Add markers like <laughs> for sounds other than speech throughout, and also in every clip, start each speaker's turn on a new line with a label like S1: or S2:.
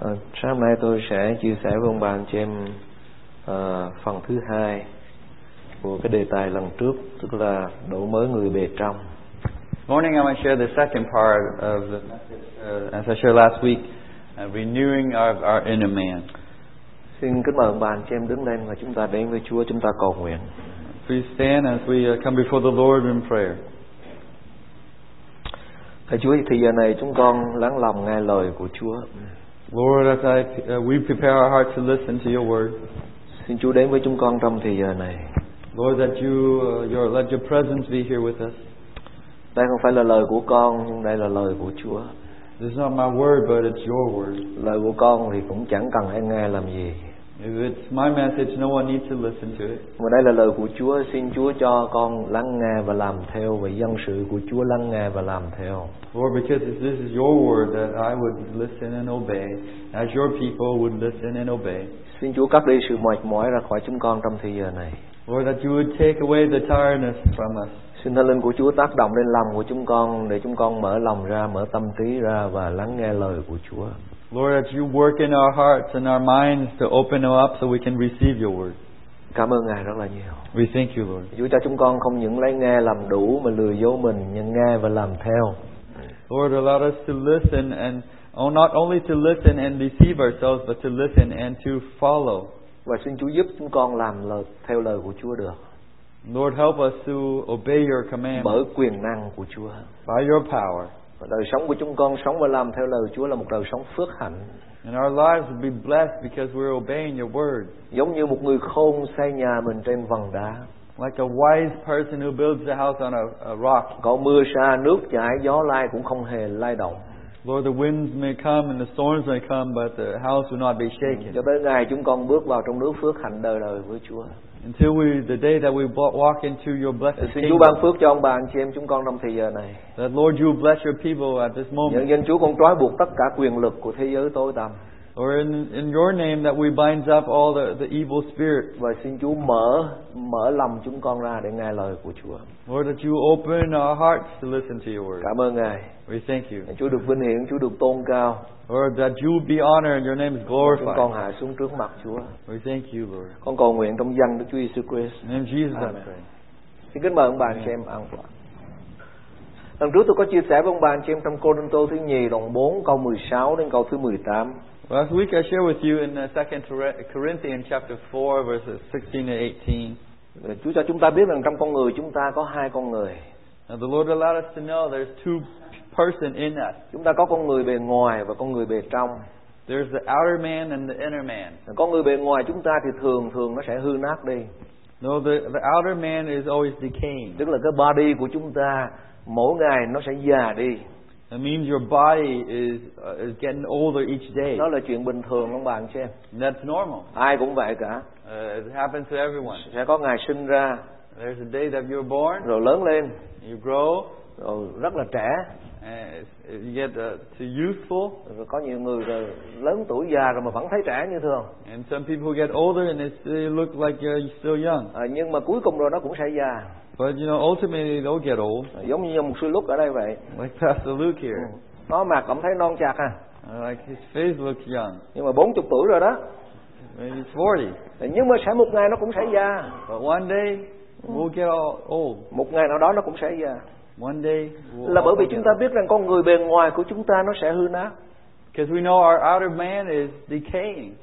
S1: À, sáng hôm nay tôi sẽ chia sẻ với ông bà anh chị em à, phần thứ hai của cái đề tài lần trước tức là đổi mới người bề trong
S2: Morning, I want to share the second part of the message, uh, as I shared last week, uh, renewing our, our inner man.
S1: xin kính mời ông bà anh chị em đứng lên và chúng ta đến với Chúa chúng ta cầu nguyện
S2: Please stand as we uh, come before the Lord in prayer.
S1: Thầy Chúa thì giờ này chúng con lắng lòng nghe lời của Chúa
S2: Lord, as I, uh, we prepare our heart to listen to your word,
S1: xin Chúa đến với chúng con trong thời giờ này
S2: Lord, that you, uh, your, let your presence be here with us.
S1: đây không phải là lời của con nhưng đây là lời của Chúa
S2: This is not my word, but it's your word.
S1: lời của con thì cũng chẳng cần ai nghe làm gì
S2: If it's my message, no one needs to listen to it.
S1: mà đây là lời của Chúa xin Chúa cho con lắng nghe và làm theo và dân sự của Chúa lắng nghe và làm theo
S2: Lord, because if this is your word, that I would listen and obey, as your people would listen and obey.
S1: Xin Chúa cắt đi sự mệt mỏi ra khỏi chúng con trong thời giờ này.
S2: Lord, that you would take away the tiredness from us.
S1: Xin Thánh Linh của Chúa tác động lên lòng của chúng con để chúng con mở lòng ra, mở tâm trí ra và lắng nghe lời của Chúa.
S2: Lord, that you work in our hearts and our minds to open them up so we can receive your word.
S1: Cảm ơn Ngài rất là nhiều.
S2: We thank you, Lord.
S1: Chúa cho chúng con không những lấy nghe làm đủ mà lừa dối mình nhưng nghe và làm theo.
S2: Lord, allow us to listen and oh, not only to listen and deceive ourselves, but to listen and to follow.
S1: Và xin Chúa giúp chúng con làm lời theo lời của Chúa được
S2: Lord, help us to obey your commandments
S1: bởi quyền năng của Chúa.
S2: by your power,
S1: Và đời sống của chúng con sống và làm theo lời Chúa là một đời sống phước hạnh.
S2: and our lives will be blessed because we're obeying your word.
S1: Giống như một người khôn xây nhà mình trên vầng đá.
S2: Like a wise person who builds a house on a, a rock,
S1: Có mưa sa, nước chảy, gió lai cũng không hề lay động.
S2: Lord, the winds may come and the storms may come, but the house will not be shaken.
S1: Cho tới ngày chúng con bước vào trong nước phước hạnh đời đời với Chúa.
S2: Until we, the day that we wa- walk into your blessed
S1: Xin Chúa
S2: kingdom,
S1: ban phước cho ông bà anh chị em chúng con trong thời giờ này.
S2: that Lord, you bless your people at this
S1: Nhân
S2: moment.
S1: danh Chúa con trói buộc tất cả quyền lực của thế giới tối tăm
S2: Or in, in your name, that we bind up all the, the evil spirits.
S1: và xin Chúa mở mở lòng chúng con ra để nghe lời của Chúa.
S2: Lord, that you open our hearts to listen to your word.
S1: Cảm ơn Ngài.
S2: We thank you.
S1: Chúa được vinh hiển, Chúa được tôn cao.
S2: Lord, that you be honored and your name is
S1: Chúng con
S2: glorified.
S1: hạ xuống trước mặt Chúa.
S2: We thank you, Lord.
S1: Con cầu nguyện trong danh Đức Chúa Giêsu Christ.
S2: In the name of Jesus,
S1: Amen.
S2: I pray.
S1: Xin kính mời ông bà anh chị em ăn quả. Lần trước tôi có chia sẻ với ông bà anh chị em trong Cô Đinh Tô thứ nhì đoạn 4 câu 16 đến câu thứ 18.
S2: Last week I shared with you in uh, 2 Corinthians chapter 4, verses 16 to 18.
S1: Chúa cho chúng ta biết rằng trong con người chúng ta có hai con người.
S2: Now the Lord allowed us to know there's two person in us.
S1: Chúng ta có con người bề ngoài và con người bề trong.
S2: There's the outer man and the inner man.
S1: Con người bề ngoài chúng ta thì thường thường nó sẽ hư nát đi.
S2: No, the, the outer man is always decaying.
S1: Tức là cái body của chúng ta mỗi ngày nó sẽ già đi.
S2: That means your body is uh, is getting older each day.
S1: Đó là chuyện bình thường ông bà anh chị em.
S2: And that's normal.
S1: Ai cũng vậy cả.
S2: Uh, it happens to everyone.
S1: Sẽ có ngày sinh ra
S2: There's a day that you're born,
S1: rồi lớn lên
S2: you grow,
S1: rồi rất là trẻ
S2: and it's- you get uh, to youthful.
S1: rồi có nhiều người rồi lớn tuổi già rồi mà vẫn thấy trẻ như thường
S2: And some people get older and they still look like you're still young.
S1: à, nhưng mà cuối cùng rồi nó cũng sẽ già
S2: But you know, ultimately they'll get old,
S1: à, giống như một sư lúc ở đây vậy
S2: like <laughs> Pastor Luke here.
S1: nó mặt cũng thấy non chạc à
S2: Uh, like his face looks young,
S1: nhưng mà 40 tuổi rồi đó
S2: maybe 40.
S1: nhưng mà sẽ một ngày nó cũng sẽ già
S2: But one day we'll get all old.
S1: một ngày nào đó nó cũng sẽ già
S2: One day we'll
S1: là bởi vì
S2: all
S1: chúng
S2: get
S1: ta biết rằng con người bề ngoài của chúng ta nó sẽ hư nát
S2: Because we know our outer man is decaying.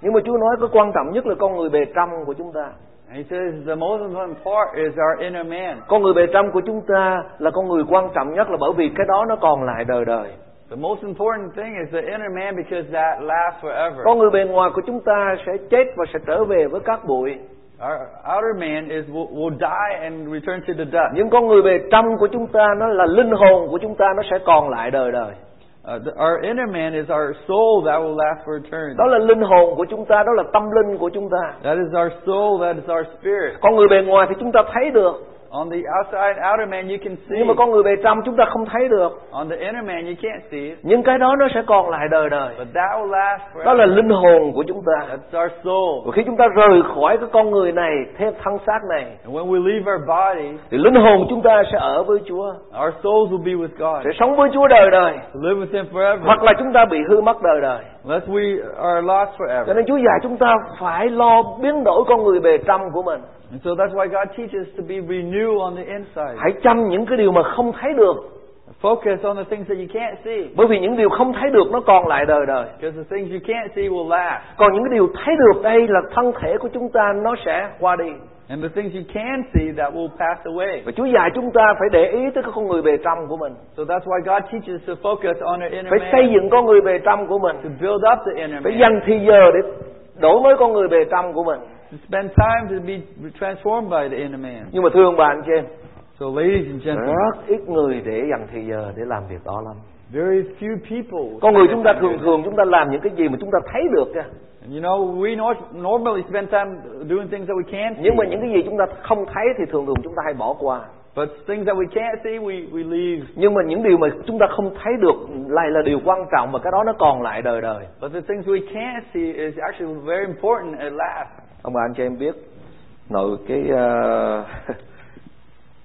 S1: nhưng mà Chúa nói cái quan trọng nhất là con người bề trong của chúng ta
S2: And he says the most important part is our inner man.
S1: con người bề trong của chúng ta là con người quan trọng nhất là bởi vì cái đó nó còn lại đời đời
S2: The most important thing is the inner man because that lasts forever.
S1: con người bề ngoài của chúng ta sẽ chết và sẽ trở về với các bụi
S2: Our outer man is will, will die and return to the dust.
S1: nhưng con người bề trong của chúng ta nó là linh hồn của chúng ta nó sẽ còn lại đời đời
S2: Uh, the, our inner man is our soul that will last for eternity.
S1: đó là linh hồn của chúng ta đó là tâm linh của chúng ta
S2: That is our soul. That is our spirit.
S1: con người bề ngoài thì chúng ta thấy được
S2: On the outside outer man you can see.
S1: nhưng mà con người bề trong chúng ta không thấy được
S2: On the inner man you can't see it.
S1: những cái đó nó sẽ còn lại đời đời
S2: But that will last
S1: đó là
S2: forever.
S1: linh hồn của chúng ta
S2: That's our soul.
S1: và khi chúng ta rời khỏi cái con người này theo thân xác này
S2: And when we leave our body,
S1: thì linh hồn chúng ta sẽ ở với Chúa
S2: our souls will be with God.
S1: sẽ sống với Chúa đời đời
S2: To live with Him forever.
S1: hoặc là chúng ta bị hư mất đời đời
S2: Well, lest we are lost
S3: Cho
S2: forever.
S3: nên Chúa dạy chúng ta phải lo biến đổi con người bề trong của mình.
S2: And so that's why God teaches to be renewed on the inside.
S3: Hãy chăm những cái điều mà không thấy được.
S2: Focus on the things that you can't see,
S3: Bởi vì những điều không thấy được nó còn lại đời đời.
S2: because the things you can't see will last,
S3: Còn những cái điều thấy được đây là thân thể của chúng ta nó sẽ qua đi.
S2: and the things you can see that will pass away.
S3: Và Chúa dạy chúng ta phải để ý tới cái con người bề trong của mình.
S2: So that's why God teaches to focus on our inner
S3: Phải xây
S2: man,
S3: dựng con người bề trong của mình.
S2: to build up the inner
S3: Phải
S2: man,
S3: dành thì giờ để đổi mới con người bề trong của mình.
S2: to spend time to be transformed by the inner man.
S3: Nhưng mà thương bà anh chị em,
S2: So, ladies and gentlemen,
S3: rất ít người để dành thì giờ để làm việc đó lắm.
S2: very few people.
S3: Con người chúng ta thường thường chúng ta làm những cái gì mà chúng ta thấy được kìa.
S2: And you know, we nor- normally spend time doing things that we can't see,
S3: Nhưng mà những cái gì chúng ta không thấy thì thường thường chúng ta hay bỏ qua.
S2: but things that we can't see, we, we leave.
S3: Nhưng mà những điều mà chúng ta không thấy được lại là điều quan trọng mà cái đó nó còn lại đời đời.
S2: But the things we can't see is actually very important at last.
S1: ông bà anh cho em biết nội cái ờ, <laughs>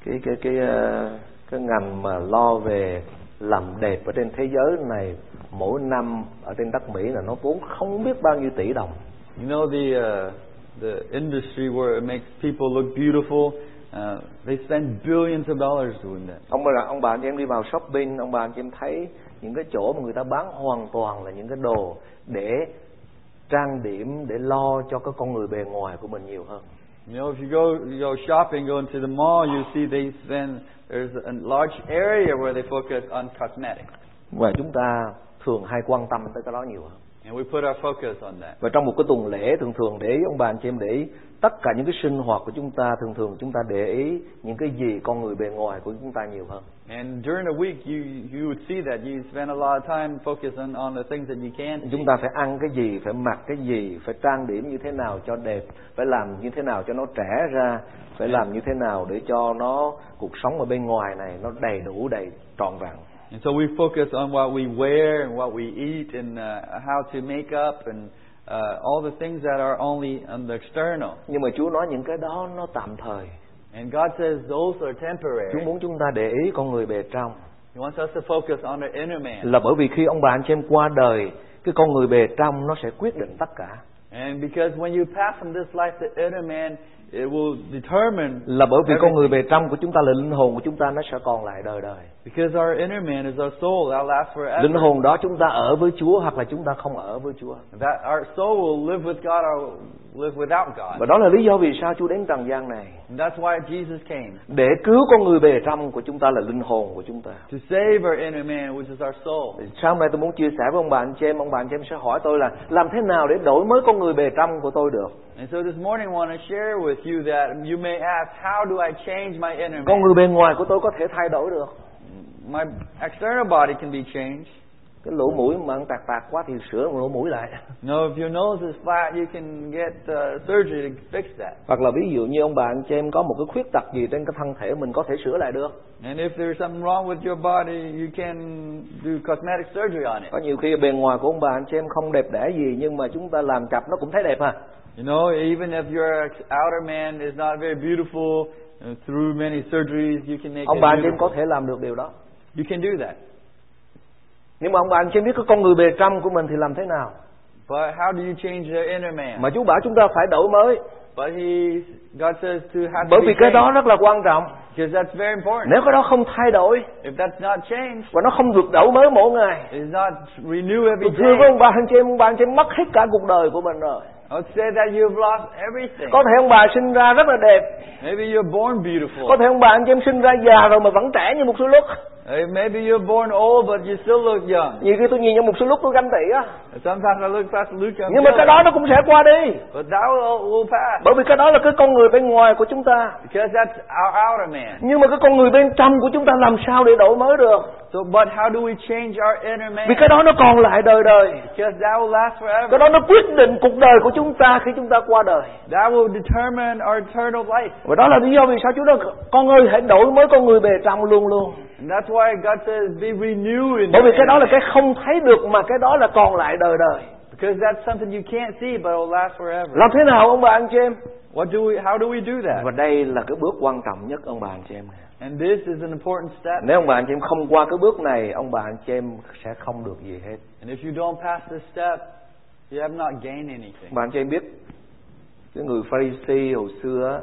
S1: cái cái cái ờ, cái ngành mà lo về làm đẹp ở trên thế giới này mỗi năm ở trên đất Mỹ là nó vốn không biết bao nhiêu tỷ đồng
S2: You know, the, uh, the industry where it makes people look beautiful, uh, they spend billions of dollars doing that.
S1: ông bà ông bà anh chị em đi vào shopping ông bà anh chị em thấy những cái chỗ mà người ta bán hoàn toàn là những cái đồ để trang điểm để lo cho cái con người bề ngoài của mình nhiều hơn
S2: You know, if you go, you go shopping, go into the mall, you see they spend, there's a large area where they focus on cosmetics.
S1: và chúng ta thường hay quan tâm tới cái đó nhiều hơn
S2: And we put our focus on that.
S1: và trong một cái tuần lễ thường thường để ý ông bà anh chị em để ý tất cả những cái sinh hoạt của chúng ta thường thường chúng ta để ý những cái gì con người bề ngoài của chúng ta nhiều hơn
S2: And during the week, you, you would see that you spend a lot of time focusing on the things that you can see.
S1: chúng ta phải ăn cái gì phải mặc cái gì phải trang điểm như thế nào cho đẹp phải làm như thế nào cho nó trẻ ra phải làm như thế nào để cho nó cuộc sống ở bên ngoài này nó đầy đủ đầy trọn vẹn
S2: And so we focus on what we wear and what we eat and uh, how to make up and uh, all the things that are only on the external.
S1: nhưng mà Chúa nói những cái đó nó tạm thời
S2: And God says those are
S1: Chúa
S2: temporary.
S1: muốn chúng ta để ý con người bề trong
S2: He wants us to focus on the inner man.
S1: là bởi vì khi ông bà anh chị em qua đời cái con người bề trong nó sẽ quyết định tất cả
S2: And because when you pass from this life, the inner man, it will determine.
S1: là bởi vì con
S2: everything.
S1: người bề trong của chúng ta là linh hồn của chúng ta nó sẽ còn lại đời đời
S2: Because our inner man is our soul that lasts forever.
S1: linh hồn đó chúng ta ở với Chúa hoặc là chúng ta không ở với Chúa
S2: That our soul will live with God or live without God.
S1: và đó là lý do vì sao Chúa đến trần gian này
S2: And that's why Jesus came
S1: để cứu con người bề trong của chúng ta là linh hồn của chúng ta
S2: to save our inner man, which is our soul.
S1: sáng hôm nay tôi muốn chia sẻ với ông bà anh chị em ông bà anh chị em sẽ hỏi tôi là làm thế nào để đổi mới con người bề trong của tôi được
S2: And so this morning I want to share with you that you may ask, how do I change my inner
S1: con
S2: man?
S1: người bề ngoài của tôi có thể thay đổi được
S2: My external body can be changed.
S1: cái lỗ mũi mà ăn tạc tạc quá thì sửa lỗ mũi lại <laughs>
S2: You know, if your nose is flat, you can get uh, surgery to fix that.
S1: hoặc là ví dụ như ông bà anh chị em có một cái khuyết tật gì trên cái thân thể mình có thể sửa lại được
S2: And if there's something wrong with your body, you can do cosmetic surgery on it.
S1: có nhiều khi bề ngoài của ông bà anh chị em không đẹp đẽ gì nhưng mà chúng ta làm chập nó cũng thấy đẹp à
S2: You know, even if your outer man is not very beautiful, uh, through many surgeries, you can make
S1: ông bà
S2: it
S1: anh chị em có
S2: beautiful.
S1: thể làm được điều đó
S2: You can do that.
S1: nhưng mà ông bà anh chị em biết cái con người bề trong của mình thì làm thế nào
S2: But how do you change the inner man?
S1: mà Chúa bảo chúng ta phải đổi mới
S2: But he, God says to have
S1: bởi
S2: to be
S1: vì cái đó
S2: changed,
S1: rất là quan trọng
S2: because that's very important.
S1: nếu cái đó không thay đổi
S2: If that's not changed,
S1: và nó không được đổi mới mỗi ngày
S2: it's not renew every
S1: tôi thưa với
S2: day.
S1: ông bà anh chị em ông bà anh chị em mất hết cả cuộc đời của mình rồi
S2: I would say that you've lost everything.
S1: có thể ông bà sinh ra rất là đẹp
S2: Maybe you're born
S1: có
S2: beautiful.
S1: thể ông bà anh chị em sinh ra già rồi mà vẫn trẻ như một số lúc
S2: Uh, Maybe you're born old, but you still look young.
S1: nhiều khi tôi nhìn vào một số lúc tôi ganh tị á
S2: Sometimes I look past Luke. I'm
S1: nhưng mà cái
S2: jealous.
S1: đó nó cũng sẽ qua đi
S2: But that will, will pass
S1: bởi vì cái đó là cái con người bên ngoài của chúng ta
S2: because that's our outer man.
S1: nhưng mà cái con người bên trong của chúng ta làm sao để đổi mới được
S2: So, but how do we change our inner man?
S1: vì cái đó nó còn lại đời đời
S2: Because that will last
S1: cái
S2: forever.
S1: đó nó quyết định cuộc đời của chúng ta khi chúng ta qua đời
S2: That will determine our eternal life.
S1: và đó là lý do vì sao Chúa nói con ơi hãy đổi mới con người bề trong luôn luôn
S2: And that's why God says, be renewed. in
S1: bởi vì
S2: your
S1: cái đó là
S2: inner
S1: cái không thấy được mà cái đó là còn lại đời đời
S2: man. Because that's something you can't see, but it'll last forever.
S1: làm thế nào ông bà anh chị em
S2: What do we? How do we do that?
S1: và đây là cái bước quan trọng nhất ông bà anh chị em nè.
S2: And this is an important step.
S1: nếu ông bà anh chị em không qua cái bước này ông bà anh chị em sẽ không được gì hết
S2: And if you don't pass this step, you have not gained anything.
S1: bà anh chị em biết cái người Pharisee hồi xưa á,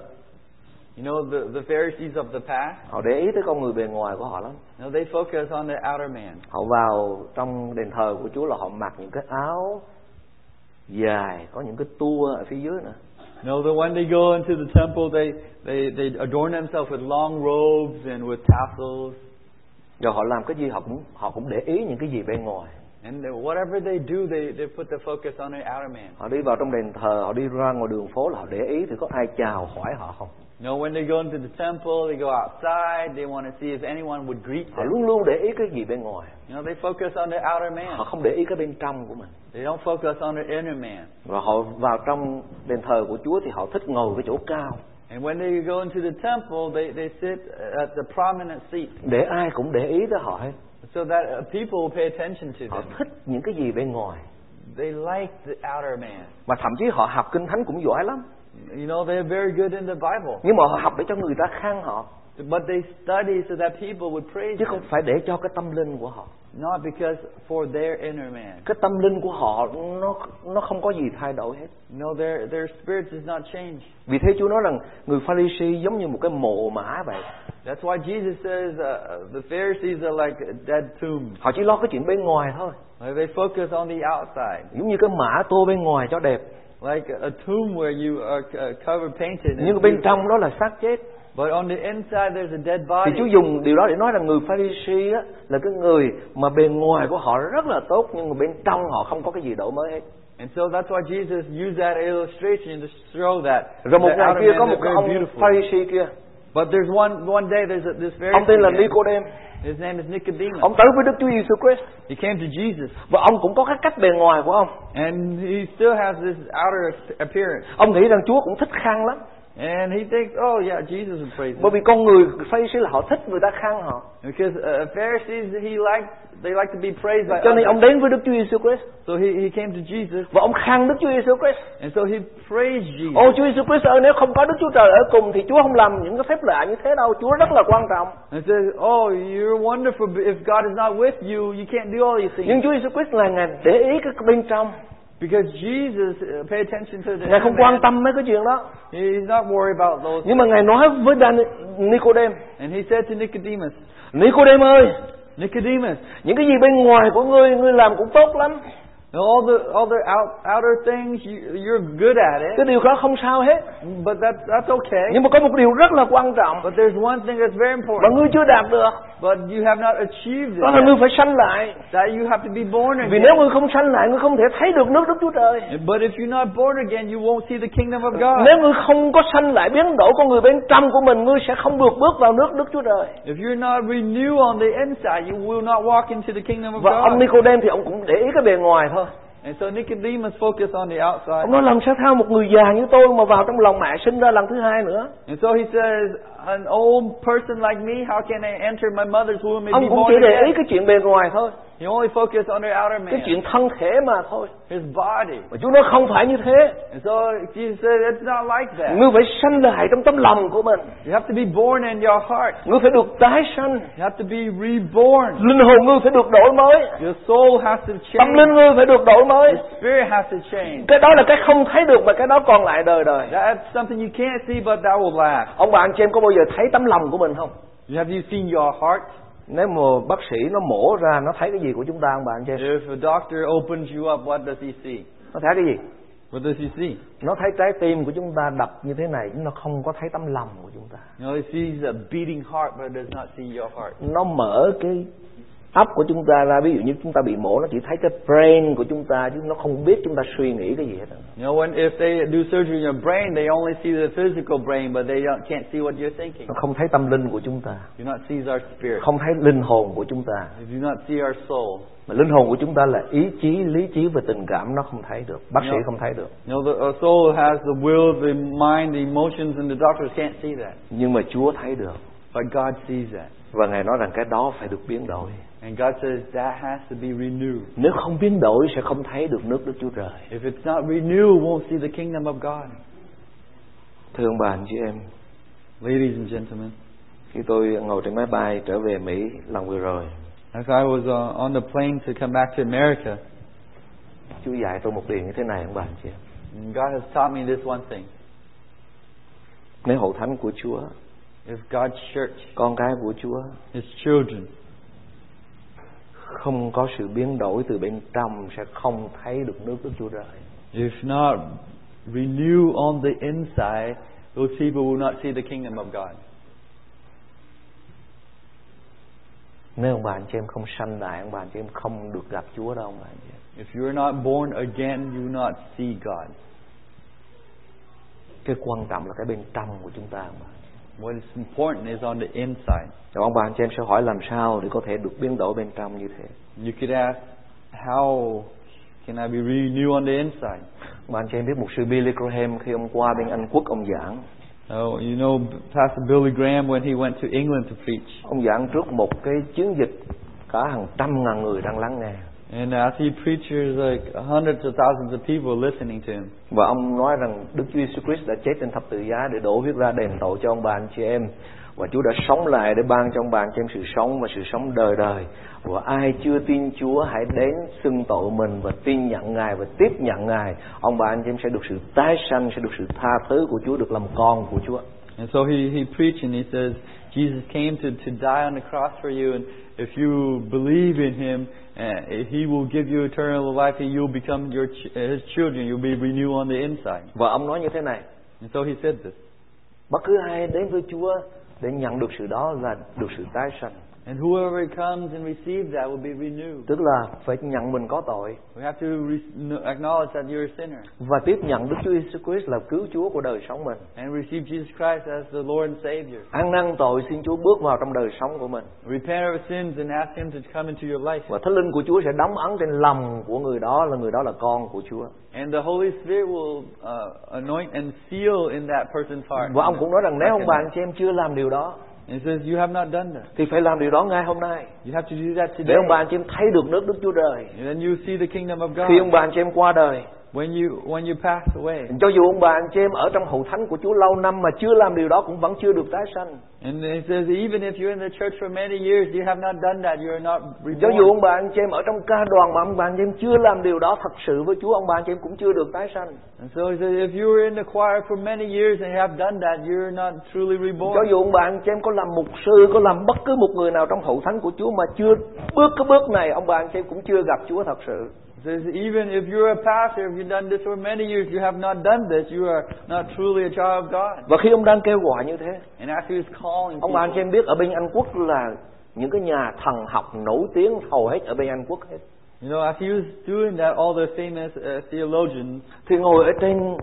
S2: You know the the Pharisees of the past.
S1: họ để ý tới con người bề ngoài của họ lắm
S2: You know, they focus on the outer man.
S1: họ vào trong đền thờ của Chúa là họ mặc những cái áo dài có những cái tua ở phía dưới nữa
S2: You know, the when they go into the temple, they they they adorn themselves with long robes and with tassels.
S1: rồi họ làm cái gì họ cũng họ cũng để ý những cái gì bên ngoài
S2: And they- whatever they do, they they put the focus on the outer man.
S1: họ đi vào trong đền thờ họ đi ra ngoài đường phố là họ để ý thì có ai chào hỏi họ không
S2: You know, when they go into the temple, they go outside. They want to see if anyone would greet
S1: họ
S2: them.
S1: luôn luôn để ý cái gì bên ngoài
S2: You know, they focus on the outer man.
S1: họ không để ý cái bên trong của mình
S2: They don't focus on the inner man.
S1: và họ vào trong đền thờ của Chúa thì họ thích ngồi cái chỗ cao
S2: And when they go into the temple, they, they sit at the prominent seat
S1: để ai cũng để ý tới họ hết
S2: so that uh, people will pay attention to
S1: họ
S2: them.
S1: thích những cái gì bên ngoài
S2: They like the outer man.
S1: mà thậm chí họ học kinh thánh cũng giỏi lắm
S2: You know, they're very good in the Bible,
S1: nhưng mà họ học để cho người ta khen họ
S2: but they study so that people would praise
S1: chứ không
S2: them,
S1: phải để cho cái tâm linh của họ
S2: not because for their inner man.
S1: cái tâm linh của họ nó nó không có gì thay đổi hết
S2: No, their their spirit does not change.
S1: vì thế Chúa nói rằng người Pharisee giống như một cái mộ mã vậy
S2: That's why Jesus says uh, uh, the Pharisees are like dead tombs.
S1: họ chỉ lo cái chuyện bên ngoài thôi
S2: Like, They focus on the outside,
S1: giống như cái mã tô bên ngoài cho đẹp
S2: like a tomb where you are uh, covered, painted. and
S1: nhưng bên trong đó là xác chết
S2: But on the inside, there's a dead
S1: thì
S2: body.
S1: Chúa dùng điều đó để nói rằng người Pharisee á, là cái người mà bề ngoài của họ rất là tốt nhưng mà bên trong họ không có cái gì đổi mới hết
S2: And so that's why Jesus used that illustration to show that.
S1: rồi một
S2: the
S1: ngày
S2: outer
S1: kia
S2: man
S1: có
S2: is
S1: một cái
S2: very
S1: ông
S2: beautiful.
S1: Pharisee kia
S2: But there's one one day there's a, this very
S1: ông tên là Nicodem
S2: His name is Nicodemus.
S1: ông tới với Đức Chúa Giêsu Christ
S2: He came to Jesus,
S1: và ông cũng có cái cách bề ngoài của ông
S2: and he still has this outer appearance,
S1: ông nghĩ rằng Chúa cũng thích khăn lắm
S2: and he thinks, oh yeah, Jesus would praise him
S1: bởi vì con người Pharisee là họ thích người ta khăn họ
S2: because uh, Pharisees he liked they like to be praised by
S1: cho nên
S2: others.
S1: ông đến với Đức Chúa Giêsu Christ
S2: So he, he came to Jesus,
S1: và ông khăn Đức Chúa Giêsu Christ
S2: and so he praised Jesus.
S1: Ô Chúa Giêsu Christ ơi nếu không có Đức Chúa Trời ở cùng thì Chúa không làm những cái phép lạ như thế đâu Chúa rất là quan trọng
S2: And says, oh, you're wonderful. but If God is not with you, you can't do all these things.
S1: nhưng Chúa Giêsu Christ là ngài để ý cái bên trong
S2: Because Jesus, uh, pay attention to the
S1: ngài không
S2: inner
S1: quan
S2: man.
S1: tâm mấy cái chuyện đó
S2: He's not worried about those.
S1: nhưng mà ngài nói với Dan Nicodem
S2: And he said to Nicodemus,
S1: Nicodem ơi
S2: Nicodemus,
S1: những cái gì bên ngoài của ngươi ngươi làm cũng tốt lắm
S2: now all the all the out, outer things you, you're good at
S1: cái
S2: it,
S1: điều đó không sao hết
S2: but that's that's okay.
S1: nhưng mà có một điều rất là quan trọng
S2: But there's one thing that's very
S1: mà
S2: important.
S1: ngươi chưa đạt được
S2: But you have not achieved it.
S1: đó là ngươi
S2: yet.
S1: phải sanh lại
S2: That you have to be born
S1: vì nếu
S2: again.
S1: ngươi không sanh lại ngươi không thể thấy được nước Đức Chúa Trời
S2: But if you're not born again, you won't see the kingdom of God.
S1: Nếu ngươi không có sanh lại biến đổi con người bên trong của mình, ngươi sẽ không được bước vào nước Đức Chúa Trời.
S2: If you're not renewed on the inside, you will not walk into the kingdom of
S1: Và
S2: God.
S1: ông Nicodem thì ông cũng để ý cái bề ngoài thôi.
S2: And so Nicodemus focused on the outside.
S1: Ông nói làm sao thao một người già như tôi mà vào trong lòng mẹ sinh ra lần thứ hai nữa.
S2: And so he says, an old person like me, how can I enter my mother's womb and
S1: Ông
S2: be
S1: cũng chỉ
S2: born
S1: để ý
S2: again?
S1: cái chuyện bề ngoài thôi,
S2: He only focused on the outer
S1: cái
S2: man,
S1: chuyện thân thể mà thôi.
S2: his body.
S1: Mà Chúa nói không phải như thế.
S2: And so Jesus said, it's not like that.
S1: Ngươi phải sanh lại trong tấm lòng của mình.
S2: You have to be born in your heart.
S1: Ngươi phải được tái sanh.
S2: You have to be reborn.
S1: Linh hồn ngươi phải được đổi mới.
S2: Your soul has to
S1: Tâm
S2: change.
S1: linh ngươi phải được đổi mới.
S2: Your spirit has to change.
S1: Cái đó là cái không thấy được mà cái đó còn lại đời đời.
S2: That's something you can't see, but that will last.
S1: Ông bà anh chị em có bao giờ thấy tấm lòng của mình không?
S2: Have you seen your heart?
S1: nếu mà bác sĩ nó mổ ra nó thấy cái gì của chúng ta không bạn chị
S2: If a doctor opens you up, what does he see?
S1: nó thấy cái gì
S2: What does he see?
S1: nó thấy trái tim của chúng ta đập như thế này nhưng nó không có thấy tấm lòng của chúng ta
S2: You know, he sees a beating heart, but does not see your heart.
S1: nó mở cái óc của chúng ta ra ví dụ như chúng ta bị mổ nó chỉ thấy cái brain của chúng ta chứ nó không biết chúng ta suy nghĩ cái gì hết
S2: You know, when if they do surgery in your brain, they only see the physical brain, but they don't, can't see what you're thinking.
S1: nó không thấy tâm linh của chúng ta
S2: Do not see our spirit.
S1: không thấy linh hồn của chúng ta
S2: You do not see our soul.
S1: mà linh hồn của chúng ta là ý chí lý trí và tình cảm nó không thấy được bác sĩ không thấy được
S2: You know, the our soul has the will, the mind, the emotions, and the doctors can't see that,
S1: nhưng mà Chúa thấy được
S2: but God sees that.
S1: và ngài nói rằng cái đó phải được biến đổi
S2: And God says that has to be renewed.
S3: Nếu không biến đổi sẽ không thấy được nước Đức Chúa Trời.
S2: If it's not renewed, we won't see the kingdom of God.
S1: Thưa ông bà anh chị em,
S2: Ladies and gentlemen,
S1: khi tôi ngồi trên máy bay trở về Mỹ lần vừa rồi,
S2: as I was uh, on the plane to come back to America,
S1: Chúa dạy tôi một điều như thế này ông bà anh chị em.
S2: and God has taught me this one thing.
S1: Nếu hậu thánh của Chúa,
S2: If God's church,
S1: con cái của Chúa
S2: His children,
S1: không có sự biến đổi từ bên trong sẽ không thấy được nước Đức Chúa Trời.
S2: if not renew on the inside, those people will not see the kingdom of God.
S1: Nếu ông bà anh chị em không sanh lại, ông bà anh chị em không được gặp Chúa đâu ông bà anh chị em.
S2: If you're not born again, you will not see God.
S1: Cái quan trọng là cái bên trong của chúng ta ông bà.
S2: What is important is on the inside.
S1: Rồi ông bà anh chị em sẽ hỏi làm sao để có thể được biến đổi bên trong như thế.
S2: You could ask, how can I be renewed on the inside?
S1: Ông bà anh chị em biết một sư Billy Graham khi ông qua bên Anh Quốc ông giảng,
S2: Oh, you know, Pastor Billy Graham, when he went to England to preach,
S1: ông giảng trước một cái chiến dịch cả hàng trăm ngàn người đang lắng nghe.
S2: and as he preaches, like hundreds of thousands of people listening to him.
S1: Và ông nói rằng Đức Chúa Giêsu Christ đã chết trên thập tự giá để đổ huyết ra đền tội cho ông bà anh chị em và Chúa đã sống lại để ban cho ông bà anh chị em sự sống và sự sống đời đời. Và ai chưa tin Chúa hãy đến xưng tội mình và tin nhận Ngài và tiếp nhận Ngài, ông bà anh chị em sẽ được sự tái sanh, sẽ được sự tha thứ của Chúa, được làm con của Chúa.
S2: And so he, he preached and he says, Jesus came to, to die on the cross for you, and if you believe in him, uh, he will give you eternal life, and you'll become your ch- uh, his children. You'll be renewed on the inside.
S1: Và ông nói như thế này,
S2: And so he said this.
S1: bất cứ ai đến với Chúa để nhận được sự đó là được sự tái sanh.
S2: And whoever comes and receives that will be renewed.
S1: Tức là phải nhận mình có tội
S2: We have to re- kn- acknowledge that you're a sinner
S1: và tiếp nhận Đức Chúa Giêsu Christ là cứu Chúa của đời sống mình.
S2: and receive Jesus Christ as the Lord and Savior.
S1: ăn năn tội xin Chúa bước vào trong đời sống của mình
S2: Repent of sins and ask Him to come into your life.
S1: và thánh linh của Chúa sẽ đóng ấn trên lòng của người đó là người đó là con của Chúa
S2: And the Holy Spirit will uh, anoint and seal in that person's heart.
S1: và ông cũng nói rằng nếu ông bà anh chị em chưa làm điều đó
S2: And He says, You have not done that.
S1: thì phải làm điều đó ngay hôm nay
S2: You have to do that today.
S1: để ông bà anh chị em thấy được nước Đức Chúa Trời
S2: And then you see the kingdom of God.
S1: khi ông bà anh chị em qua đời
S2: When you when you pass away.
S1: cho dù ông bà anh chị em ở trong hậu thánh của Chúa lâu năm mà chưa làm điều đó cũng vẫn chưa được tái sanh
S2: And He says, Even if you're in the church for many years, you have not done that. You are not
S1: cho dù
S2: reborn.
S1: ông bà anh chị em ở trong ca đoàn mà ông bà anh chị em chưa làm điều đó thật sự với Chúa ông bà anh chị em cũng chưa được tái sanh
S2: And so He says, If you were in the choir for many years and you have done that, you're not truly
S1: Cho
S2: reborn.
S1: dù ông bà anh chị em có làm mục sư, có làm bất cứ một người nào trong hậu thánh của Chúa mà chưa bước cái bước này, ông bà anh chị em cũng chưa gặp Chúa thật sự.
S2: It says, even if you're a pastor, if you've done this for many years, you have not done this, you are not truly a child of God.
S1: Và khi ông đang kêu gọi như thế,
S2: And after He's calling
S1: ông bà anh chị
S2: people,
S1: em biết ở bên Anh Quốc là những cái nhà thần học nổi tiếng hầu hết ở bên Anh Quốc hết.
S2: you know, after He was doing that, all the famous uh, theologians,
S1: Thì ngồi ở trên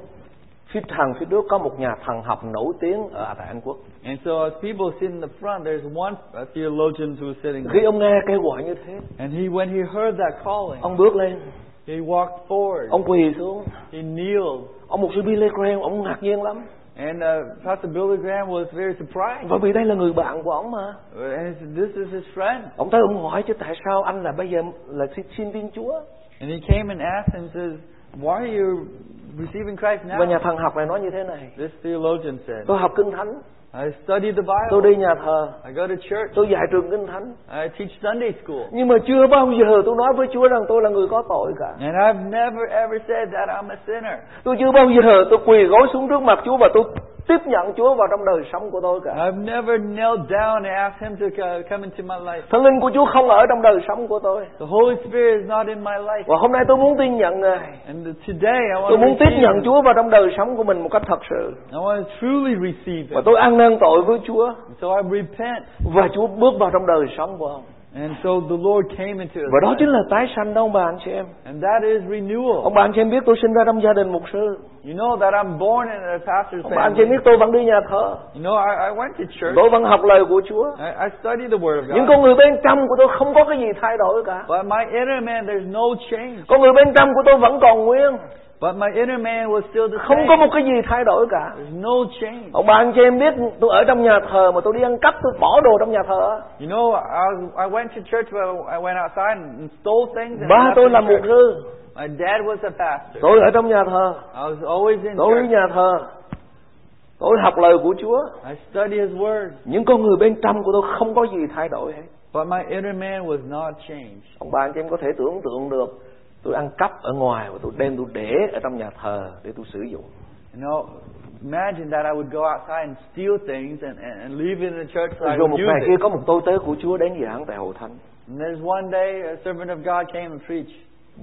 S1: phía thằng phía trước có một nhà thần học nổi tiếng ở tại Anh Quốc.
S2: and so as people sit in the front, there's one uh, theologian who was sitting
S1: Khi
S2: there.
S1: ông nghe kêu gọi như thế,
S2: And he, when he heard that calling,
S1: ông bước lên,
S2: he walked forward,
S1: ông quỳ xuống,
S2: he kneeled,
S1: ông mục sư Billy Graham, ông ngạc nhiên lắm.
S2: and uh, Pastor Billy Graham was very surprised.
S1: Bởi vì đây là người bạn của ông mà.
S2: And he said, this is his friend.
S1: Ông tới ông hỏi chứ tại sao anh là bây giờ là xin, xin tin Chúa?
S2: And he came and asked him, says, why are you receiving Christ now?
S1: Và nhà thần học này nói như thế này
S2: This theologian said,
S1: Tôi học Kinh Thánh
S2: I study the Bible.
S1: Tôi đi nhà thờ
S2: I go to church.
S1: Tôi dạy trường Kinh Thánh
S2: I teach Sunday school.
S1: Nhưng mà chưa bao giờ tôi nói với Chúa rằng tôi là người có tội cả
S2: And I've never ever said that I'm a sinner.
S1: Tôi chưa bao giờ tôi quỳ gối xuống trước mặt Chúa Và tôi tiếp nhận Chúa vào trong đời sống của tôi cả
S2: I've never knelt down and asked Him to co- come into my life.
S1: Thần linh của Chúa không ở trong đời sống của tôi
S2: The Holy Spirit is not in my life.
S1: Và hôm nay tôi muốn tin nhận Ngài
S2: And today I
S1: Tôi muốn
S2: want to
S1: tiếp nhận
S2: receive Him.
S1: Chúa vào trong đời sống của mình một cách thật sự
S2: I want to truly receive
S1: Và
S2: Him.
S1: tôi ăn năn tội với Chúa
S2: And so I repent.
S1: Và Chúa bước vào trong đời sống của ông
S2: And so the Lord came into
S1: Và đó
S2: us.
S1: chính là tái sanh đó ông bà anh chị em
S2: And that is renewal.
S1: Ông bà anh chị em biết tôi sinh ra trong gia đình mục sư
S2: You know that I'm born in a pastor's
S1: Ông bà anh chị em
S2: family.
S1: biết tôi vẫn đi nhà thờ
S2: You know, I, I went to church.
S1: Tôi vẫn học lời của Chúa
S2: I, I studied the Word of
S1: Những
S2: God.
S1: con người bên trong của tôi không có cái gì thay đổi cả
S2: But my inner man, there's no change.
S1: Con người bên trong của tôi vẫn còn nguyên
S2: But my inner man was still the
S1: không có
S2: same.
S1: một cái gì thay đổi cả
S2: There's no change.
S1: ông bạn cho em biết tôi ở trong nhà thờ mà tôi đi ăn cắp tôi bỏ đồ trong nhà thờ
S2: You know, I, I went to church, but I went outside and stole things. And
S1: ba
S2: left
S1: tôi
S2: the
S1: là mục
S2: church.
S1: sư
S2: My dad was a pastor.
S1: tôi ở trong nhà thờ
S2: I was always in
S1: tôi đi
S2: church.
S1: nhà thờ tôi học lời của Chúa
S2: I studied his word,
S1: những con người bên trong của tôi không có gì thay đổi hết
S2: but my inner man was not changed.
S1: ông bà anh chị em có thể tưởng tượng được tôi ăn cắp ở ngoài và tôi đem tôi để ở trong nhà thờ để tôi sử dụng
S2: You know, imagine that I would go outside and steal things and, and, and leave it in the church so I
S1: rồi một
S2: would
S1: ngày
S2: use
S1: kia
S2: it.
S1: có một tôi tớ của Chúa đến giảng tại hội thánh
S2: And there's one day a servant of God came and preached.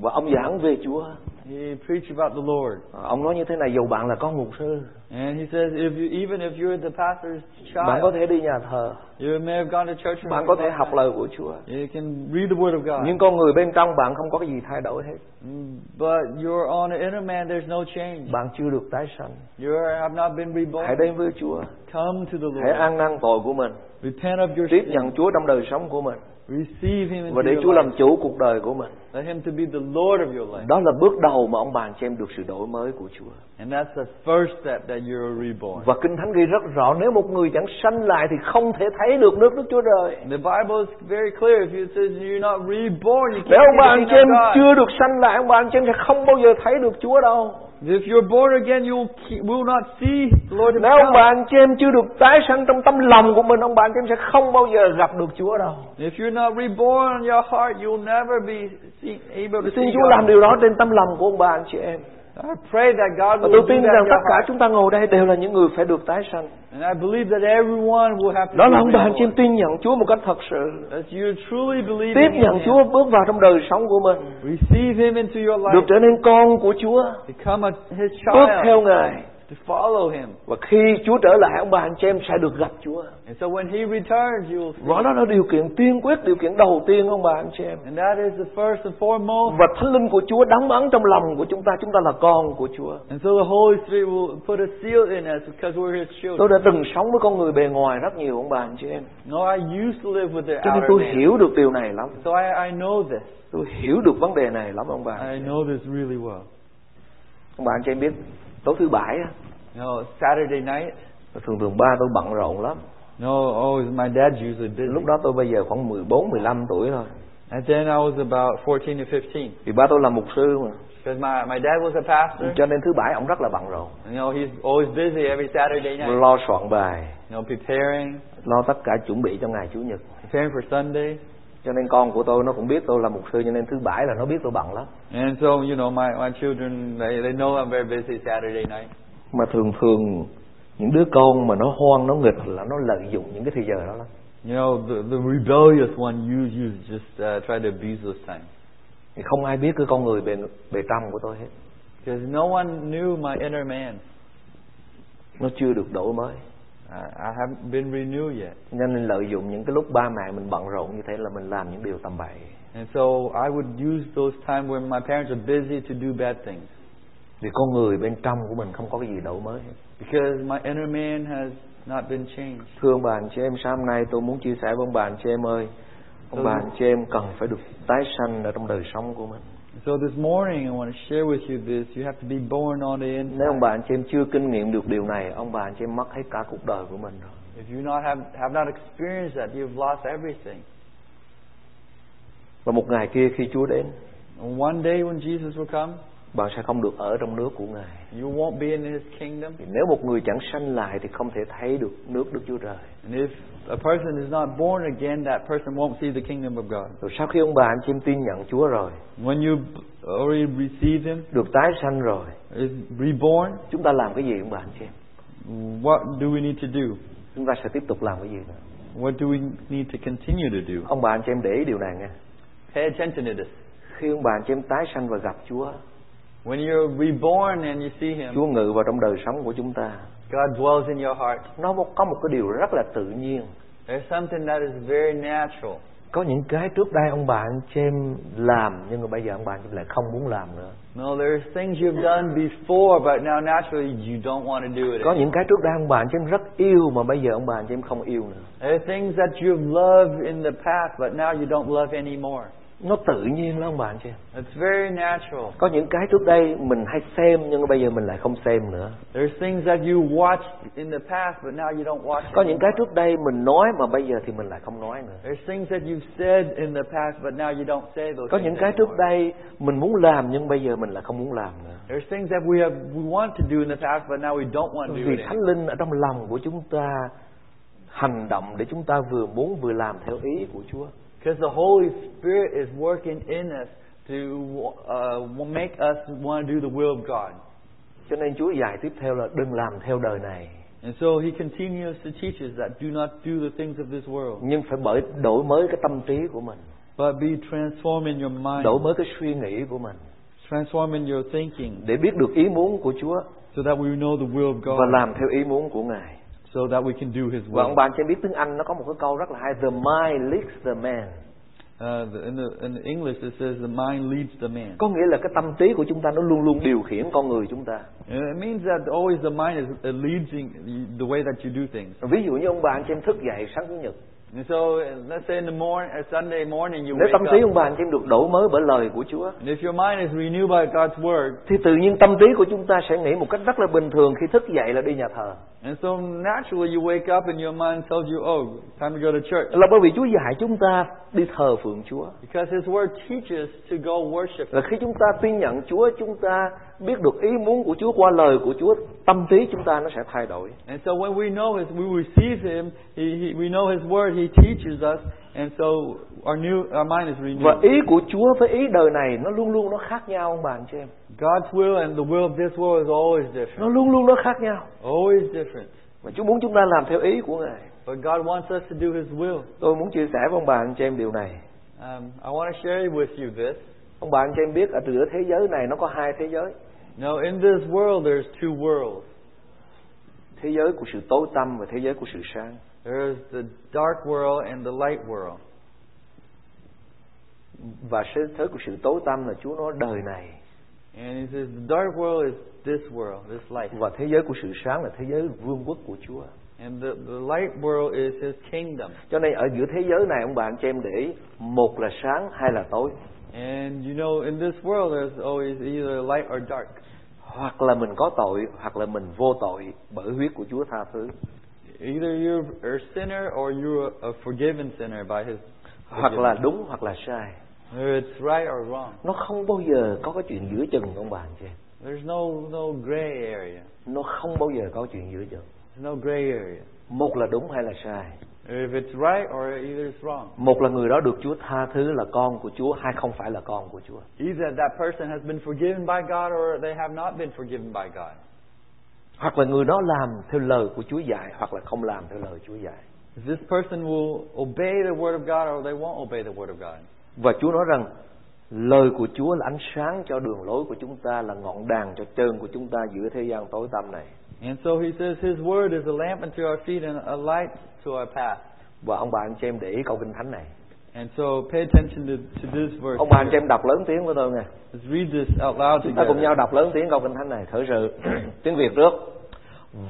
S1: và ông giảng về Chúa
S2: He preached about the Lord.
S1: Ờ, ông nói như thế này dù bạn là con mục sư
S2: And he says, if you, even if you're the pastor's
S1: bạn có
S2: child,
S1: thể đi nhà thờ
S2: you may have gone to church. for
S1: bạn
S2: a
S1: có
S2: long
S1: thể học
S2: time.
S1: lời của Chúa
S2: You can read the Word of God.
S1: nhưng con người bên trong bạn không có cái gì thay đổi hết
S2: Mm, But you're on the inner man, there's no change.
S1: bạn chưa được tái sanh
S2: You have not been
S1: hãy
S2: reborn.
S1: đến với Chúa
S2: Come to the
S1: hãy
S2: Lord.
S1: ăn năn tội của mình
S2: Repent of your
S1: tiếp
S2: sin.
S1: nhận Chúa trong đời sống của mình
S2: Receive Him
S1: và
S2: into
S1: để
S2: your
S1: Chúa làm
S2: life.
S1: chủ cuộc đời của mình
S2: Let Him to be the Lord of your life.
S1: đó là bước đầu mà ông bà anh chị em được sự đổi mới của Chúa
S2: And that's the first step that you're reborn.
S1: và kinh thánh ghi rất rõ nếu một người chẳng sanh lại thì không thể thấy được nước Đức Chúa trời
S2: The Bible is very clear. If it says you're not reborn, you
S1: nếu
S2: can't
S1: ông bà anh
S2: see the
S1: chị em
S2: kingdom of God.
S1: chưa được sanh lại ông bà anh chị em sẽ không bao giờ thấy được Chúa đâu
S2: If you're born again, you will ke- will not see the Lord
S1: nếu ông bà
S2: Himself.
S1: anh chị em chưa được tái sanh trong tâm lòng của mình ông bà anh chị em sẽ không bao giờ gặp được Chúa đâu
S2: If you're not reborn in your heart, you'll never be see, able to
S1: xin
S2: see
S1: Chúa làm
S2: God.
S1: điều đó trên tâm lòng của ông bà anh chị em
S2: I pray that God
S1: và tôi
S2: will do that
S1: tin
S2: in
S1: rằng
S2: your
S1: tất cả
S2: heart.
S1: chúng ta ngồi đây đều là những người phải được tái sanh
S2: And I believe that everyone will have to
S1: đó
S2: be
S1: là ông bà anh chị em
S2: reborn.
S1: tin nhận Chúa một cách thật sự
S2: That you truly believe
S1: tiếp
S2: in
S1: nhận
S2: Him.
S1: Chúa bước vào trong đời sống của mình
S2: Receive Him into your
S1: được
S2: life.
S1: trở nên con của Chúa
S2: Become a, His
S1: bước theo
S2: child.
S1: Ngài
S2: To follow Him.
S1: và khi Chúa trở lại ông bà anh chị em sẽ được gặp Chúa
S2: And so when He returns, you will see.
S1: rõ đó là điều kiện tiên quyết điều kiện đầu tiên ông bà anh chị em
S2: And that is the first and foremost.
S1: và thánh linh của Chúa đóng ấn trong lòng của chúng ta chúng ta là con của Chúa
S2: And so the Holy Spirit will put a seal in us because we're His
S1: tôi
S2: children.
S1: đã từng sống với con người bề ngoài rất nhiều ông bà anh chị em
S2: No, I used to live with the
S1: cho nên
S2: outer
S1: tôi
S2: man.
S1: hiểu được điều này lắm
S2: So I, I know this.
S1: tôi hiểu được vấn đề này lắm ông bà
S2: I know this really well.
S1: ông bà anh chị em biết tối thứ bảy á,
S2: You know, Saturday night.
S1: thường thường ba tôi bận rộn lắm
S2: No, always my dad's usually busy.
S1: lúc đó tôi bây giờ khoảng 14, 15 tuổi thôi
S2: And then I was about 14 to 15.
S1: vì ba tôi là mục sư mà
S2: Because my, my dad was a pastor.
S1: cho nên thứ bảy ông rất là bận rộn
S2: You know, he's always busy every Saturday night.
S1: lo soạn bài
S2: You know, preparing,
S1: lo tất cả chuẩn bị cho ngày chủ nhật
S2: preparing for Sunday.
S1: cho nên con của tôi nó cũng biết tôi là mục sư cho nên thứ bảy là nó biết tôi bận lắm
S2: And so, you know, my, my children, they, they know I'm very busy Saturday night.
S1: mà thường thường những đứa con mà nó hoang nó nghịch là nó lợi dụng những cái thời giờ đó lắm
S2: You know, the, the rebellious one, you, you just uh, try to abuse those times.
S1: thì không ai biết cái con người bề bề trong của tôi hết
S2: Because no one knew my inner man.
S1: nó chưa được đổi mới
S2: I, I haven't been renewed yet.
S1: cho nên lợi dụng những cái lúc ba mẹ mình bận rộn như thế là mình làm những điều tầm bậy
S2: And so I would use those times when my parents are busy to do bad things.
S1: vì con người bên trong của mình không có cái gì đổi mới hết
S2: Because my inner man has not been changed.
S1: Thưa ông bà anh chị em, sáng hôm nay tôi muốn chia sẻ với ông bà anh chị em ơi Ông
S2: Ừ.
S1: bà anh chị em cần phải được tái sanh ở trong đời sống của mình
S2: So this morning I want to share with you this. You have to be born on the
S1: Nếu ông
S2: inside.
S1: bà anh chị em chưa kinh nghiệm được điều này Ông bà anh chị em mất hết cả cuộc đời của mình rồi
S2: If you not have have not experienced that, you've lost everything.
S1: Và một ngày kia khi Chúa đến
S2: And one day when Jesus will come,
S1: Bạn sẽ không được ở trong nước của Ngài
S2: you won't be in His kingdom.
S1: Vì Nếu một người chẳng sanh lại thì không thể thấy được nước Đức Chúa Trời
S2: And if a person is not born again, that person won't see the kingdom of God.
S1: Rồi sau khi ông bà anh chị em tin nhận Chúa rồi
S2: When you b- already received Him,
S1: Được tái sanh rồi
S2: is reborn.
S1: Chúng ta làm cái gì ông bà anh chị em
S2: What do we need to do?
S1: Chúng ta sẽ tiếp tục làm cái gì nữa
S2: What do we need to continue to do?
S1: Ông bà anh chị em để ý điều này nghe
S2: Pay attention to this.
S1: Khi ông bà anh chị em tái sanh và gặp Chúa
S2: When you're reborn and you see Him,
S1: Chúa ngự vào trong đời sống của chúng ta
S2: God dwells in your heart.
S1: nó một- có một cái điều rất là tự nhiên
S2: There's something that is very natural.
S1: có những cái trước đây ông bà anh chị em làm nhưng mà bây giờ ông bà anh chị em lại không muốn làm nữa
S2: No, there's things you've done before, but now naturally you don't want to do it.
S1: có
S2: anymore.
S1: những cái trước đây ông bà anh chị em rất yêu mà bây giờ ông bà anh chị em không yêu nữa
S2: There are things that you've loved in the past, but now you don't love anymore.
S1: nó tự nhiên lắm bạn chị em.
S2: It's very natural.
S1: có những cái trước đây mình hay xem nhưng mà bây giờ mình lại không xem nữa
S2: There's things that you watched in the past, but now you don't watch.
S1: có những cái
S2: anymore.
S1: trước đây mình nói mà bây giờ thì mình lại không nói nữa
S2: There's things that you've said in the past, but now you don't say those.
S1: có
S2: things
S1: những cái trước
S2: anymore.
S1: đây mình muốn làm nhưng bây giờ mình lại không muốn làm nữa
S2: There's things that we have we want to do in the past, but now we don't want to do
S1: vì
S2: it.
S1: thánh
S2: anymore.
S1: linh ở trong lòng của chúng ta hành động để chúng ta vừa muốn vừa làm theo ý của Chúa
S2: Because the Holy Spirit is working in us to uh, make us want to do the will of God.
S1: cho nên Chúa dạy tiếp theo là đừng làm theo đời này
S2: And so he continues to teach us that do not do the things of this world,
S1: nhưng phải bởi đổi mới cái tâm trí của mình
S2: but be transformed in your mind,
S1: đổi mới cái suy nghĩ của mình
S2: transform in your thinking,
S1: để biết được ý muốn của Chúa
S2: so that we know the will of
S1: và
S2: God,
S1: làm theo ý muốn của Ngài
S2: so that we can do His
S1: và ông
S2: will.
S1: bạn cho em biết tiếng Anh nó có một cái câu rất là hay the mind leads the man
S2: Uh, the- in, the, in the English, it says the mind leads the man.
S1: có nghĩa là cái tâm trí của chúng ta nó luôn luôn điều khiển con người chúng ta
S2: And it means that always the mind is uh, leading the way that you do things.
S1: ví dụ như ông bạn cho em thức dậy sáng chủ nhật
S2: And so, uh, let's say in the morning, uh, Sunday morning, you
S1: nếu
S2: wake
S1: tâm trí
S2: up.
S1: ông bạn cho em được đổi mới bởi lời của Chúa
S2: And if your mind is renewed by God's word,
S1: thì tự nhiên tâm trí của chúng ta sẽ nghĩ một cách rất là bình thường khi thức dậy là đi nhà thờ
S2: and so naturally you wake up and your mind tells you, oh, time to go to church.
S1: là bởi vì Chúa dạy chúng ta đi thờ phượng Chúa
S2: Because His word teaches to go worship.
S1: là khi chúng ta tin nhận Chúa chúng ta biết được ý muốn của Chúa qua lời của Chúa tâm trí chúng ta nó sẽ thay đổi
S2: And so when we know His, we receive Him, he, he, we know His word, He teaches us, and so our new, our mind is renewed.
S1: và ý của Chúa với ý đời này nó luôn luôn nó khác nhau ông bạn cho em
S2: God's will and the will of this world is always different.
S1: nó luôn luôn nó khác nhau
S2: Always different.
S1: mà Chúa muốn chúng ta làm theo ý của Ngài
S2: But God wants us to do His will.
S1: tôi muốn chia sẻ với ông bạn cho em điều này
S2: Um, I want to share with you this.
S1: ông bạn cho em biết ở giữa thế giới này nó có hai thế giới
S2: Now in this world there's two worlds.
S1: thế giới của sự tối tăm và thế giới của sự sáng
S2: There's the dark world and the light world.
S1: và thế giới của sự tối tăm là Chúa nói đời này
S2: And he says, the dark world is this world, this life.
S1: và thế giới của sự sáng là thế giới vương quốc của Chúa
S2: And the, the light world is his kingdom.
S1: cho nên ở giữa thế giới này ông bạn cho em để ý, một là sáng hay là tối
S2: And you know, in this world, there's always either light or dark.
S1: hoặc là mình có tội hoặc là mình vô tội bởi huyết của Chúa tha thứ
S2: Either you're a sinner or you're a forgiven sinner by his.
S1: hoặc là
S2: forgiveness.
S1: đúng hoặc là sai
S2: Whether it's right or wrong.
S1: nó không bao giờ có cái chuyện giữa chừng ông bạn chị em.
S2: There's no, no gray area.
S1: nó không bao giờ có chuyện giữa chừng
S2: There's no gray area.
S1: một là đúng hay là sai
S2: If it's right or either it's wrong.
S1: một là người đó được Chúa tha thứ là con của Chúa hay không phải là con của Chúa
S2: Either that person has been forgiven by God or they have not been forgiven by God.
S1: hoặc là người đó làm theo lời của Chúa dạy hoặc là không làm theo lời Chúa dạy
S2: This person will obey the word of God or they won't obey the word of God.
S1: Và Chúa nói rằng lời của Chúa là ánh sáng cho đường lối của chúng ta là ngọn đèn cho chân của chúng ta giữa thế gian tối tăm này.
S2: And so he says his word is a lamp unto our feet and a light to our path.
S1: Và ông bà anh chị em để ý câu kinh thánh này.
S2: And so pay attention to, to this verse.
S1: Ông bà anh
S2: here.
S1: chị em đọc lớn tiếng với tôi nè.
S2: Let's read this out loud
S1: Chúng ta cùng nhau
S2: together.
S1: đọc lớn tiếng câu kinh thánh này khởi sự <clears throat> tiếng Việt trước.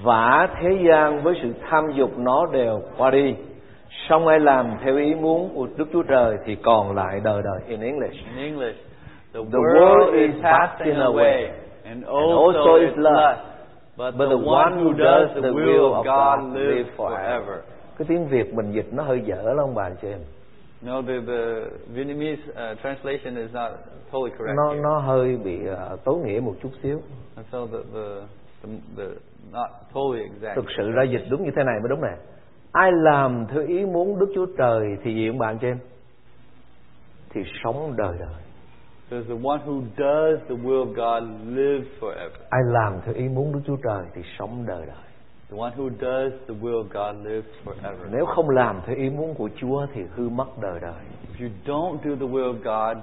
S1: Vả thế gian với sự tham dục nó đều qua đi. Song ai làm theo ý muốn của Đức Chúa Trời thì còn lại đời đời in English.
S2: In English,
S1: The
S2: the, world,
S1: world
S2: is
S1: is
S2: passing
S1: passing
S2: away,
S1: away,
S2: and
S1: also
S2: also
S1: is
S2: is
S1: lust.
S2: lust. But, the, one who does the will of God lives forever.
S1: Cái tiếng Việt mình dịch nó hơi dở lắm ông bà anh chị em.
S2: No, the, the Vietnamese uh, translation is not totally correct.
S1: Nó
S2: here.
S1: nó hơi bị ờ, tối nghĩa một chút xíu.
S2: And so the, the, the, the not totally exact.
S1: Thực sự ra dịch đúng như thế này mới đúng nè. Ai làm theo ý muốn Đức Chúa Trời thì gì ông bạn cho em? Thì sống đời đời.
S2: Says the one who does the will of God lives forever.
S1: Ai làm theo ý muốn Đức Chúa Trời thì sống đời đời.
S2: The one who does the will of God lives forever.
S1: Nếu không làm theo ý muốn của Chúa thì hư mất đời đời.
S2: If you don't do the will of God,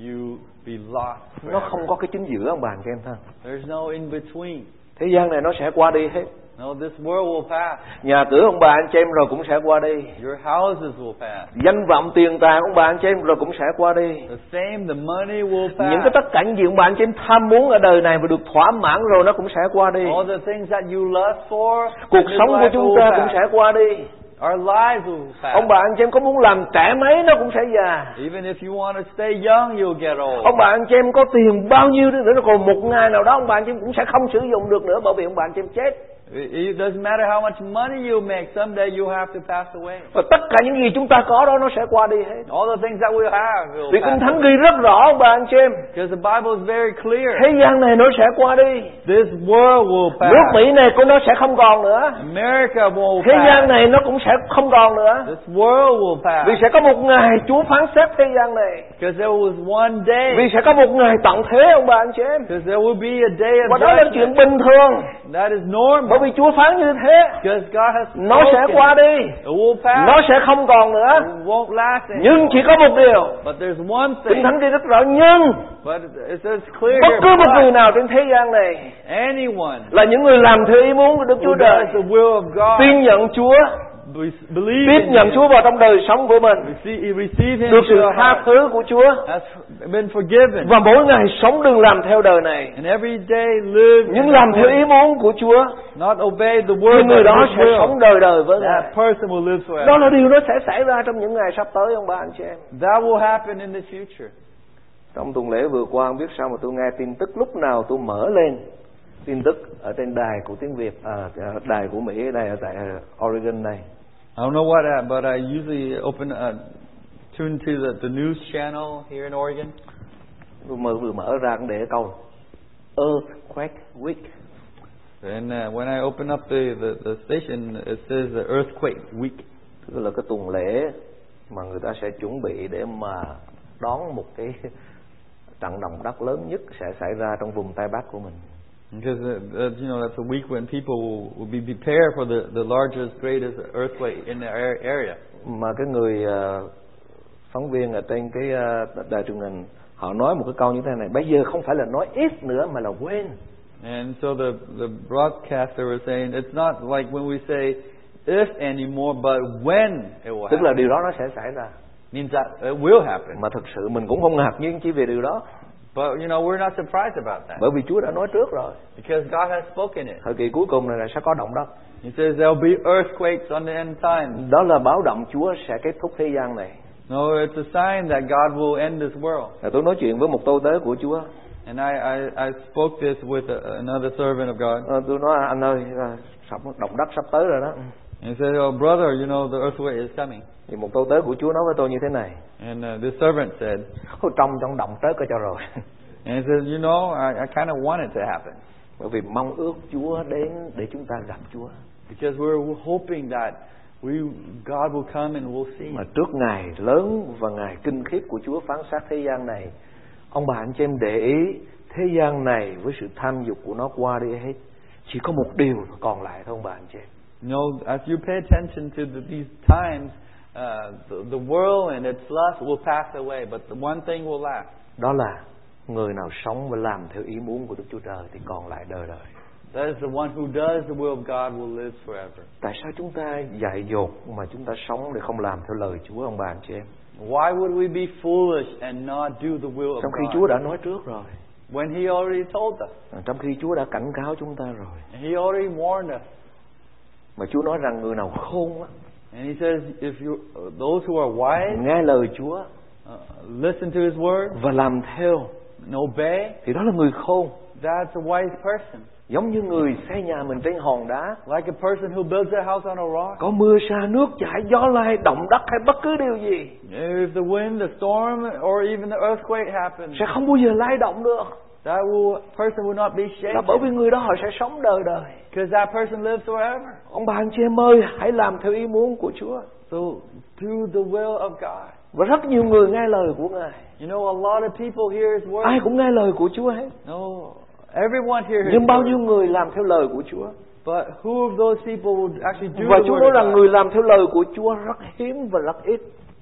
S2: you be lost forever.
S1: Nó không có cái chính giữa ông bạn cho em thôi.
S2: There's no in between.
S1: Thế gian này nó sẽ qua đi hết.
S2: No, this world will pass.
S1: Nhà cửa ông bà anh chị em rồi cũng sẽ qua đi.
S2: Your houses will pass.
S1: Danh vọng tiền tài ông bà anh chị em rồi cũng sẽ qua đi.
S2: The fame, the money will
S1: những cái
S2: pass.
S1: tất cả những gì mà anh chị em tham muốn ở đời này và được thỏa mãn rồi nó cũng sẽ qua đi
S2: dạ. All the things that you lust for, in
S1: cuộc
S2: this
S1: sống của
S2: life
S1: chúng
S2: will
S1: ta cũng
S2: pass.
S1: sẽ qua đi
S2: Our lives will pass.
S4: Ông bà anh chị em có muốn làm trẻ mấy nó cũng sẽ già.
S2: Even if you want to stay young, you'll get old.
S4: Ông bà anh chị em có tiền bao nhiêu đi nữa còn một ngày nào đó ông bà anh chị em cũng sẽ không sử dụng được nữa bởi vì ông bà anh chị em chết.
S2: It it doesn't matter how much money you make, someday you have to pass away.
S4: Và tất cả những gì chúng ta có đó nó sẽ qua đi hết.
S2: All the things that we have will
S4: Vì Kinh
S2: pass
S4: Thánh ghi rất rõ ông bà anh chị em,
S2: Because the Bible is very clear.
S4: thế gian này nó sẽ qua đi.
S2: This world will pass.
S4: Nước Mỹ này cũng nó sẽ không còn nữa.
S2: America will
S4: Thế gian
S2: pass.
S4: này nó cũng sẽ không còn nữa.
S2: This world will pass.
S4: Vì sẽ có một ngày Chúa phán xét thế gian này.
S2: Because there was one
S4: Vì
S2: day.
S4: sẽ có một ngày tận thế ông bà anh chị em.
S2: Because there will be a day
S4: Và
S2: of
S4: đó là chuyện
S2: judgment.
S4: bình thường.
S2: That is
S4: Bởi
S2: normal.
S4: vì Chúa phán như thế.
S2: Because God has
S4: Nó sẽ qua
S2: spoken.
S4: đi.
S2: It will
S4: Nó
S2: pass.
S4: sẽ không còn nữa.
S2: It won't last
S4: Nhưng
S2: anymore.
S4: chỉ có một điều.
S2: But there's one
S4: Kinh
S2: thing.
S4: Thánh ghi rất rõ. Nhưng
S2: But it says clear
S4: bất
S2: here,
S4: cứ một người
S2: but
S4: nào trên thế gian này
S2: anyone
S4: là những người làm theo ý muốn của Đức
S2: who
S4: Chúa Trời.
S2: does the will of God,
S4: Tin nhận Chúa.
S2: be- believe
S4: Tiếp
S2: in
S4: nhận
S2: Him,
S4: Chúa vào trong đời sống của mình.
S2: receive, receive Him
S4: Được
S2: into
S4: sự
S2: your
S4: tha
S2: heart,
S4: thứ của Chúa.
S2: has been forgiven,
S4: Và mỗi ngày sống đừng làm theo đời này.
S2: and every day live
S4: Nhưng
S2: in
S4: làm theo
S2: accordance,
S4: ý muốn của Chúa.
S2: not obey the
S4: Thì
S2: word
S4: người
S2: of
S4: đó
S2: His
S4: sẽ
S2: will,
S4: sống đời đời với Ngài.
S2: that person will live forever.
S4: Đó là điều nó sẽ xảy ra trong những ngày sắp tới ông bà anh chị em.
S2: That will happen in the future.
S4: Trong tuần lễ vừa qua không biết sao mà tôi nghe tin tức lúc nào tôi mở lên tin tức ở trên đài của tiếng Việt à, à, đài của Mỹ ở đây ở tại Oregon này
S2: I don't know what, uh, but I usually open, uh, tune to the, the news channel here in Oregon.
S4: tôi mở vừa mở ra cũng để câu earthquake week
S2: And uh, when I open up the, the, the station, it says the earthquake week.
S4: tức là cái tuần lễ mà người ta sẽ chuẩn bị để mà đón một cái trận động đất lớn nhất sẽ xảy ra trong vùng Tây Bắc của mình
S2: Because uh, uh, you know that's a week when people will, will be prepared for the, the largest, greatest earthquake in their ar- area.
S4: mà cái người ờ, phóng viên ở trên cái ờ, đài truyền hình họ nói một cái câu như thế này bây giờ không phải là nói ít nữa mà là quên
S2: And so the the broadcaster was saying it's not like when we say if anymore, but when it will
S4: tức là
S2: happen
S4: điều đó nó sẽ xảy ra
S2: means that it will happen.
S4: mà thực sự mình cũng không ngạc nhiên chỉ về điều đó
S2: But you know we're not surprised about that
S4: bởi vì Chúa đã nói trước rồi
S2: because God has spoken it.
S4: thời kỳ cuối cùng này là sẽ có động đất
S2: He says there'll be earthquakes on the end times.
S4: đó là báo động Chúa sẽ kết thúc thế gian này
S2: No, it's a sign that God will end this world.
S4: Rồi tôi nói chuyện với một tôi tớ của Chúa
S2: And I I, I spoke this with a, another servant of God.
S4: Ờ, tôi nói anh ơi à, sắp động đất sắp tới rồi đó
S2: And he said, "Oh brother, you know the earthquake is coming."
S4: thì một tôi tớ của Chúa nói với tôi như thế này
S2: And uh, the servant said,
S4: "Ôi, trong trong động tới coi cho rồi <laughs>
S2: and he says, you know, I, I kind of want it to happen
S4: bởi vì mong ước Chúa đến để chúng ta gặp Chúa
S2: because we're hoping that we God will come and we'll see.
S4: mà trước ngày lớn và ngày kinh khiếp của Chúa phán xét thế gian này ông bà anh chị em để ý thế gian này với sự tham dục của nó qua đi hết chỉ có một điều còn lại thôi ông bà anh chị em
S2: You know, as you pay attention to the, these times, uh, the, the world and its lust will pass away, but the one thing will last.
S4: đó là người nào sống và làm theo ý muốn của Đức Chúa Trời thì còn lại đời đời
S2: That is the one who does the will of God will live forever.
S4: tại sao chúng ta dại dột mà chúng ta sống để không làm theo lời Chúa ông bà anh chị em
S2: Why would we be foolish and not do the will of
S4: trong khi
S2: God
S4: Chúa đã nói trước rồi
S2: when He already told us?
S4: trong khi Chúa đã cảnh cáo chúng ta rồi
S2: And He already warned us.
S4: mà Chúa nói rằng người nào khôn á,
S2: And He says, if you those who are wise
S4: nghe lời Chúa
S2: uh, listen to His word
S4: và làm theo
S2: and obey,
S4: thì đó là người khôn
S2: that's a wise person.
S4: giống như người xây nhà mình trên hòn đá
S2: Like a person who builds their house on a rock.
S4: có mưa sa nước chảy gió lai động đất hay bất cứ điều gì
S2: If the wind, the storm, or even the earthquake happens,
S4: sẽ không bao giờ lay động được
S2: that will, person will not be
S4: là bởi vì
S2: shaken
S4: người đó họ sẽ sống đời đời
S2: because that person lives forever.
S4: ông bà anh chị em ơi hãy làm theo ý muốn của Chúa
S2: So do the will of God.
S4: và rất nhiều người nghe lời của Ngài
S2: You know, a lot of people hear His word.
S4: ai cũng nghe lời của Chúa hết
S2: No, everyone here hears
S4: nhưng bao
S2: His
S4: nhiêu
S2: word.
S4: người làm theo lời của Chúa
S2: But who of those people would actually do
S4: và
S2: the
S4: Chúa nói
S2: word
S4: rằng
S2: of
S4: người
S2: God?
S4: làm theo lời của Chúa rất hiếm và rất ít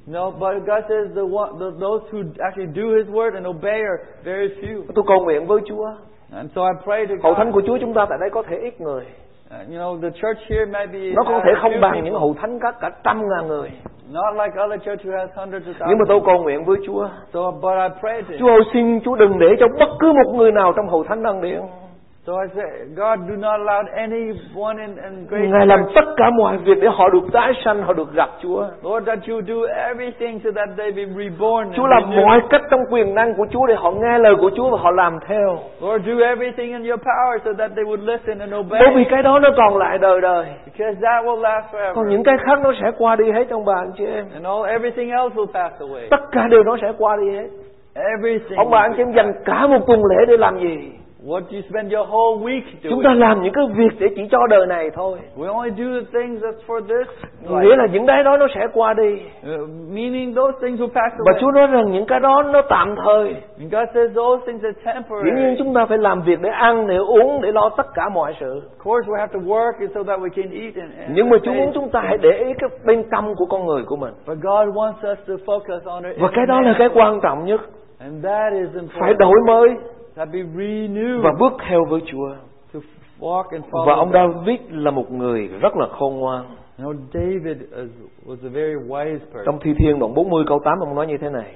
S2: No, but God says the, one, the those who actually do His word and obey are very few.
S4: tôi cầu nguyện với Chúa
S2: And so I pray to
S4: hậu
S2: God.
S4: thánh của Chúa chúng ta tại đây có thể ít người
S2: Uh, you know, the church here might be
S4: nó có
S2: uh,
S4: thể
S2: a
S4: không
S2: few
S4: bằng những
S2: people,
S4: hậu thánh các cả trăm ngàn người
S2: not like other church who has hundreds of
S4: nhưng mà
S2: thousands.
S4: tôi cầu nguyện với Chúa
S2: So, but I pray to
S4: Chúa ơi xin Chúa đừng để cho bất cứ một người nào trong hậu thánh đăng điện
S2: So I said, God, do not allow anyone in, in great
S4: Mm,
S1: Ngài làm
S2: church,
S1: tất cả mọi việc để họ được tái sanh, họ được gặp Chúa.
S2: Lord, that you do everything so that they be reborn. and
S1: Chúa làm
S2: renewed.
S1: mọi cách trong quyền năng của Chúa để họ nghe lời của Chúa và họ làm theo.
S2: Lord, do everything in your power so that they would listen and obey.
S1: Bởi vì cái đó nó còn lại đời đời.
S2: Because that will last
S1: Còn
S2: forever.
S1: những cái khác nó sẽ qua đi hết trong bà anh chị em.
S2: And all everything else will pass away.
S1: Tất cả đều nó sẽ qua đi hết.
S2: Everything.
S1: Ông bà anh chị em dành cả một tuần lễ để làm gì?
S2: What you spend your whole week
S1: Chúng
S2: doing. Oh,
S1: ta làm những cái việc để chỉ cho đời này thôi.
S2: We only do the things that's for this
S1: Nghĩa
S2: life.
S1: là những cái đó nó sẽ qua đi.
S2: Uh, meaning those things will pass
S1: Và
S2: away.
S1: Chúa nói rằng những cái đó nó tạm thời.
S2: And God says those things are
S1: Dĩ nhiên
S2: temporary.
S1: chúng ta phải làm việc để ăn, để uống, để lo tất cả mọi sự.
S2: Of course, we have to work so that we can eat and, and
S1: Nhưng mà Chúa muốn
S2: sustain.
S1: chúng ta hãy để ý cái bên trong của con người của mình.
S2: But God wants us to focus on it.
S1: Và cái đó là cái quan trọng nhất.
S2: And that is
S1: Phải
S2: important.
S1: đổi mới
S2: That be renewed
S1: và bước theo với Chúa.
S2: to walk and follow.
S1: Và ông
S2: God.
S1: David là một người rất là khôn ngoan.
S2: You know, David is, was a very wise person.
S1: Trong Thi Thiên đoạn 40 câu 8 ông nói như thế này.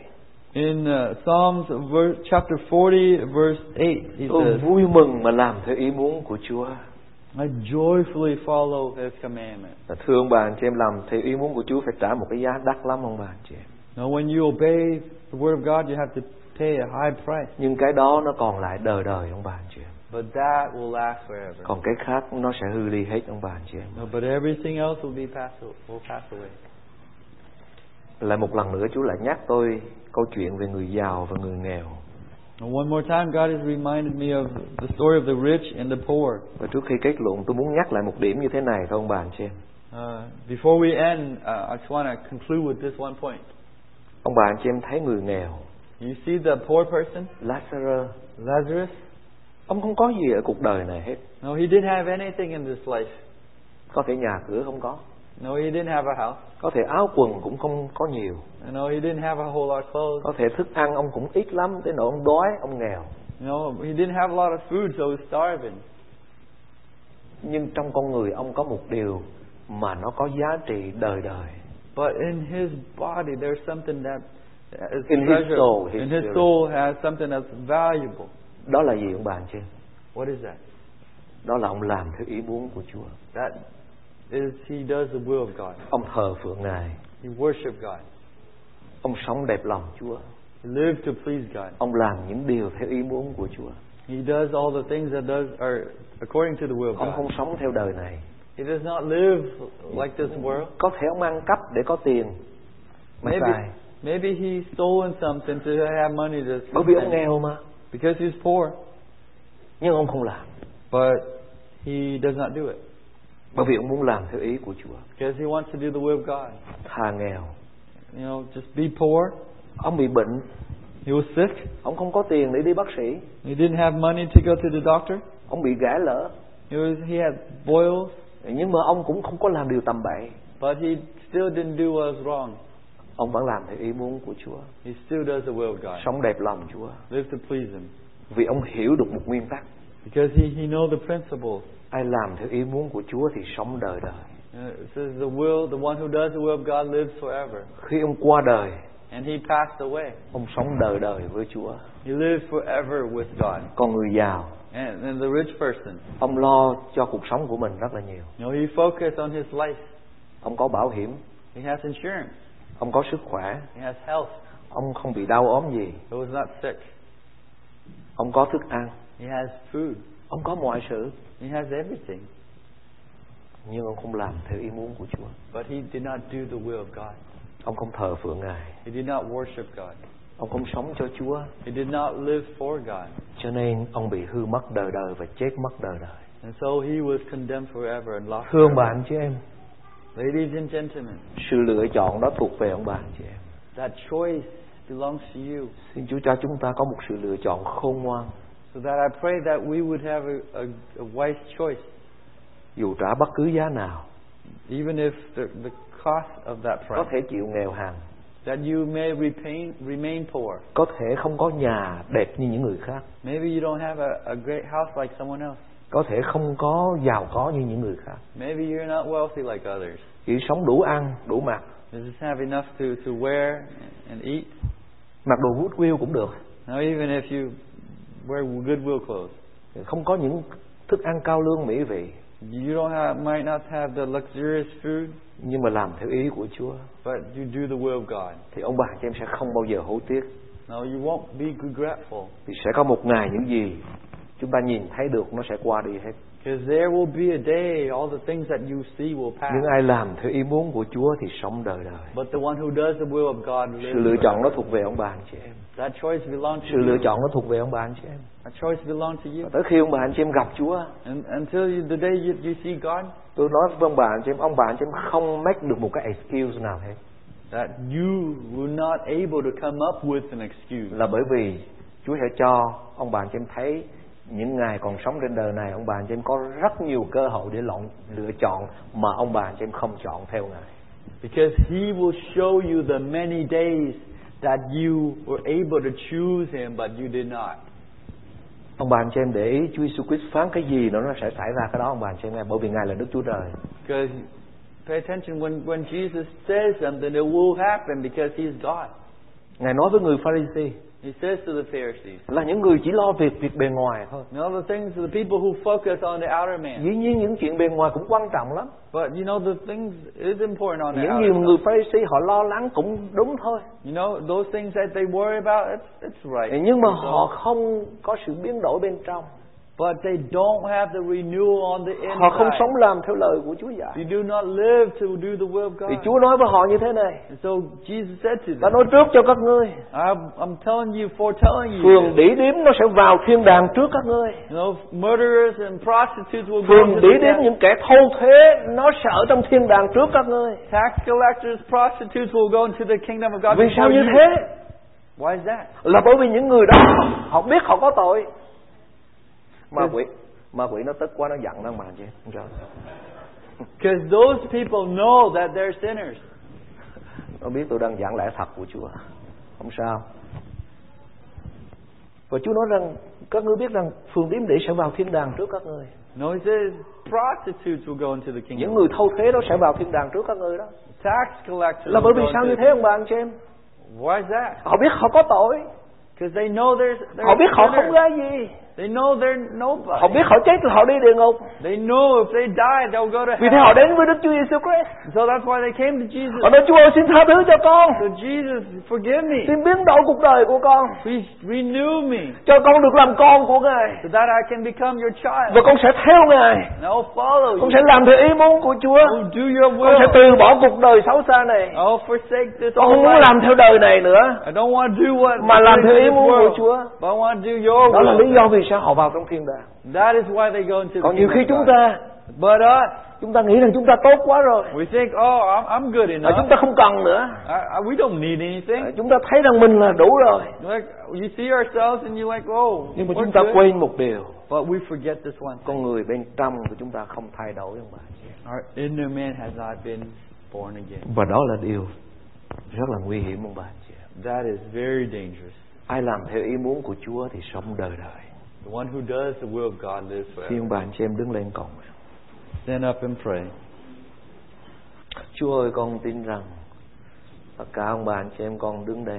S2: In uh, Psalms verse, chapter 40, verse 8, he
S1: Tôi
S2: says,
S1: vui mừng mà làm theo ý muốn của Chúa.
S2: I joyfully follow his commandment.
S1: Là Thưa ông bà anh chị em làm theo ý muốn của Chúa phải trả một cái giá đắt lắm ông bà anh chị em.
S2: Now, when you obey the word of God, you have to pay a high price.
S1: Nhưng cái đó nó còn lại đời đời ông bà anh chị em.
S2: But that will last forever.
S1: Còn cái khác nó sẽ hư đi hết ông bà anh chị em.
S2: No, but everything else will be pass, will pass away.
S1: Lại một lần nữa Chúa lại nhắc tôi câu chuyện về người giàu và người nghèo.
S2: And one more time, God has reminded me of the story of the rich and the poor.
S1: Và trước khi kết luận tôi muốn nhắc lại một điểm như thế này thôi ông bà anh chị em.
S2: Uh, before we end, uh, I just want to conclude with this one point.
S1: Ông bà anh chị em thấy người nghèo,
S2: You see the poor person,
S1: Lazarus,
S2: Lazarus?
S1: ông không có gì ở cuộc đời này hết.
S2: No, he didn't have anything in this life.
S1: Có thể nhà cửa không có,
S2: No, he didn't have a house.
S1: có thể áo quần cũng không có nhiều,
S2: No, he didn't have a whole lot of clothes.
S1: có thể thức ăn ông cũng ít lắm tới nỗi ông đói, ông nghèo.
S2: No, he didn't have a lot of food, so he was starving.
S1: Nhưng trong con người ông có một điều mà nó có giá trị đời đời.
S2: But in his body, there's something that is
S1: In his
S2: treasure.
S1: soul, his
S2: in his
S1: spirit.
S2: soul has something that's valuable.
S1: Đó là gì ông bà anh chị? em?
S2: What is that?
S1: Đó là ông làm theo ý muốn của Chúa.
S2: That is, he does the will of God.
S1: Ông thờ phượng Ngài,
S2: He worshiped God.
S1: ông sống đẹp lòng Chúa,
S2: He lived to please God.
S1: ông làm những điều theo ý muốn của Chúa.
S2: He does all the things that does are according to the will of
S1: Ông
S2: God.
S1: không sống theo đời này.
S2: He does not live like this world.
S1: Có thể ông ăn cắp để có tiền. Mà
S2: Maybe,
S1: xài.
S2: maybe he stolen something to have money to
S1: Bởi vì ông nghèo mà,
S2: because he's poor,
S1: nhưng ông không làm.
S2: but he does not do it
S1: Bởi vì ông muốn làm theo ý của Chúa.
S2: because he wants to do the will of God.
S1: Thà nghèo,
S2: You know, just be poor.
S1: ông bị bệnh,
S2: He was sick.
S1: ông không có tiền để đi bác sĩ,
S2: He didn't have money to go to the doctor.
S1: ông bị gã lỡ,
S2: He was he had boils,
S1: nhưng mà ông cũng không có làm điều tầm bậy.
S2: but he still didn't do what was wrong.
S1: Ông vẫn làm theo ý muốn của Chúa,
S2: He still does the will of God.
S1: sống đẹp lòng Chúa,
S2: Live to please Him
S1: vì ông hiểu được một nguyên tắc.
S2: because he he know the principles.
S1: Ai làm theo ý muốn của Chúa thì sống đời đời.
S2: Uh, It says the will, the one who does the will of God lives forever.
S1: Khi ông qua đời,
S2: And he passed away.
S1: ông sống đời đời với Chúa.
S2: He lives forever with God.
S1: Còn người giàu,
S2: And, and the rich person,
S1: ông lo cho cuộc sống của mình rất là nhiều.
S2: you know, he focused on his life.
S1: Ông có bảo hiểm,
S2: He has insurance.
S1: ông có sức khỏe,
S2: He has health.
S1: ông không bị đau ốm gì,
S2: He was not sick.
S1: ông có thức ăn,
S2: He has food.
S1: ông có mọi sự,
S2: He has everything.
S1: nhưng ông không làm theo ý muốn của Chúa.
S2: But he did not do the will of God.
S1: Ông không thờ phượng Ngài,
S2: He did not worship God.
S1: ông không sống cho Chúa,
S2: He did not live for God.
S1: cho nên ông bị hư mất đời đời và chết mất đời đời.
S2: And so he was condemned forever and lost.
S1: Thương bạn chị em,
S2: Ladies and gentlemen,
S1: sự lựa chọn đó thuộc về ông bạn chị em.
S2: that choice belongs to you.
S1: Xin Chúa cho chúng ta có một sự lựa chọn khôn ngoan,
S2: So that I pray that we would have a, a, a wise choice,
S1: dù trả bất cứ giá nào,
S2: even if the, the cost of that
S1: có
S2: price.
S1: thể chịu nghèo hàng,
S2: That you may repain, remain poor.
S1: có thể không có nhà đẹp như những người khác,
S2: Maybe you don't have a, a great house like someone else.
S1: có thể không có giàu có như những người khác,
S2: Maybe you're not wealthy like others.
S1: chỉ sống đủ ăn, đủ mặc,
S2: You just have enough to, to wear and eat.
S1: mặc đồ goodwill cũng được,
S2: Now, even if you wear goodwill clothes,
S1: không có những thức ăn cao lương mỹ vị
S2: You don't have, might not have the luxurious food,
S1: nhưng mà làm theo ý của Chúa
S2: but you do the will of God.
S1: thì ông bà chị em sẽ không bao giờ hối tiếc
S2: No, you won't be regretful
S1: thì sẽ có một ngày những gì chúng ta nhìn thấy được nó sẽ qua đi hết
S2: because there will be a day all the things that you see will pass.
S1: những ai làm theo ý muốn của Chúa thì sống đời đời
S2: But the one who does the will of God lives.
S1: sự lựa
S2: forever.
S1: chọn nó thuộc về ông bà anh chị em
S2: That choice belongs to
S1: sự lựa
S2: you.
S1: chọn nó thuộc về ông bà anh chị em
S2: That choice belongs to you.
S1: và tới khi ông bà anh chị em gặp Chúa
S2: And until you, the day you, you see God,
S1: tôi nói với ông bà anh chị em ông bà anh chị em không make được một cái excuse nào hết
S2: that you were not able to come up with an excuse.
S1: là bởi vì Chúa sẽ cho ông bà anh chị em thấy những ngày còn sống trên đời này ông bà anh chị em có rất nhiều cơ hội để lọn, lựa chọn mà ông bà anh chị em không chọn theo ngài
S2: Because He will show you the many days that you were able to choose Him, but you did not.
S1: ông bà anh chị em để ý Chúa Jesus Christ phán cái gì nó nó sẽ xảy ra cái đó ông bà anh chị em nghe bởi vì ngài là Đức Chúa Trời
S2: Because pay attention when, when Jesus says something, it will happen because He's God.
S1: ngài nói với người Pharisee
S2: He says to the Pharisees,
S1: là những người chỉ lo việc việc bề ngoài thôi
S2: you know the things the people who focus on the outer man.
S1: dĩ nhiên những chuyện bề ngoài cũng quan trọng lắm
S2: But you know the things is important on the
S1: những
S2: outer
S1: nhiều
S2: man.
S1: người Pharisee họ lo lắng cũng đúng thôi
S2: You know those things that they worry about. It's it's right.
S1: nhưng mà họ không có sự biến đổi bên trong
S2: But they don't have the renewal on the
S1: họ không
S2: inside.
S1: sống làm theo lời của Chúa dạy
S2: You do not live to do the will of God.
S1: Thì Chúa nói với họ như thế này
S2: And so Jesus said to them,
S1: Ta nói trước cho các ngươi
S2: I'm, I'm telling you, foretelling you,
S1: Phường
S2: this.
S1: đỉ điếm nó sẽ vào thiên đàng trước các ngươi
S2: you know, murderers and prostitutes will go
S1: Phường
S2: into
S1: đỉ
S2: the
S1: điếm
S2: death.
S1: những kẻ thâu thế Nó sẽ ở trong thiên đàng trước các ngươi
S2: Tax collectors, prostitutes will go into the kingdom of God.
S1: Vì
S2: before
S1: sao như
S2: you.
S1: thế?
S2: Why is that?
S1: Là bởi vì những người đó Họ biết họ có tội Ma quỷ Ma quỷ nó tức quá nó giận đó mà chứ Không cho.
S2: Because those people know that they're sinners.
S1: Nó biết tôi đang giảng lẽ thật của Chúa Không sao Và Chúa nói rằng Các ngươi biết rằng phường đếm đỉ sẽ vào thiên đàng trước các ngươi
S2: No, he says prostitutes will go into the
S1: Những
S2: kingdom.
S1: người thâu thế nó sẽ vào thiên đàng trước các ngươi đó
S2: Tax collectors.
S1: Là
S2: will
S1: bởi vì
S2: go
S1: sao
S2: into
S1: như
S2: the-
S1: thế ông bà anh chị em
S2: Why is that?
S1: Họ biết họ có tội
S2: Because they know there's. they're
S1: Họ biết họ không
S2: sinners.
S1: ra gì
S2: They know they're nobody.
S1: Họ biết họ chết là họ đi địa ngục
S2: They know if they die, they'll go to
S1: Vì thế họ
S2: hell.
S1: đến với Đức Chúa Giêsu Christ
S2: So that's why they came to Jesus.
S1: Họ nói Chúa ơi xin tha thứ cho con
S2: So Jesus, forgive me.
S1: Xin biến đổi cuộc đời của con
S2: Please renew me
S1: Cho con được làm con của Ngài
S2: so that I can become your
S1: Và
S2: child.
S1: con sẽ theo Ngài
S2: And I'll follow
S1: Con
S2: you.
S1: sẽ làm theo ý muốn của Chúa
S2: I'll do your
S1: Con sẽ
S2: will.
S1: từ bỏ cuộc đời xấu xa này
S2: I'll forsake this
S1: Con không
S2: whole
S1: muốn
S2: life.
S1: làm theo đời này nữa
S2: I don't want to do what
S1: Mà làm theo
S2: this
S1: ý muốn của
S2: world,
S1: Chúa
S2: but I want to do your
S1: Đó là lý
S2: will.
S1: do vì sao họ vào trong thiên đàng
S2: That is why they go into the
S1: Còn nhiều khi
S2: kingdom
S1: chúng
S2: of God.
S1: ta
S2: But us,
S1: Chúng ta nghĩ rằng chúng ta tốt quá rồi
S2: we think, oh, I'm, I'm good
S1: Và chúng
S2: enough.
S1: ta không cần nữa
S2: I, I, we don't need anything.
S1: Chúng ta thấy rằng mình là đủ rồi
S2: Like you see ourselves and you're like, oh,
S1: Nhưng mà
S2: we're
S1: chúng ta
S2: good.
S1: quên một điều
S2: But we forget this one.
S1: con người bên trong của chúng ta không thay đổi ông bà
S2: Our inner man has not been born again.
S1: và đó là điều rất là nguy hiểm ông bà chị
S2: That is very dangerous.
S1: ai làm theo ý muốn của Chúa thì sống đời đời
S2: The one who does the will of God lives
S1: khi
S2: forever.
S1: ông bà chị em đứng lên cầu nguyện
S2: Stand up and pray.
S1: Chúa ơi con tin rằng tất cả ông bà chị em con đứng đây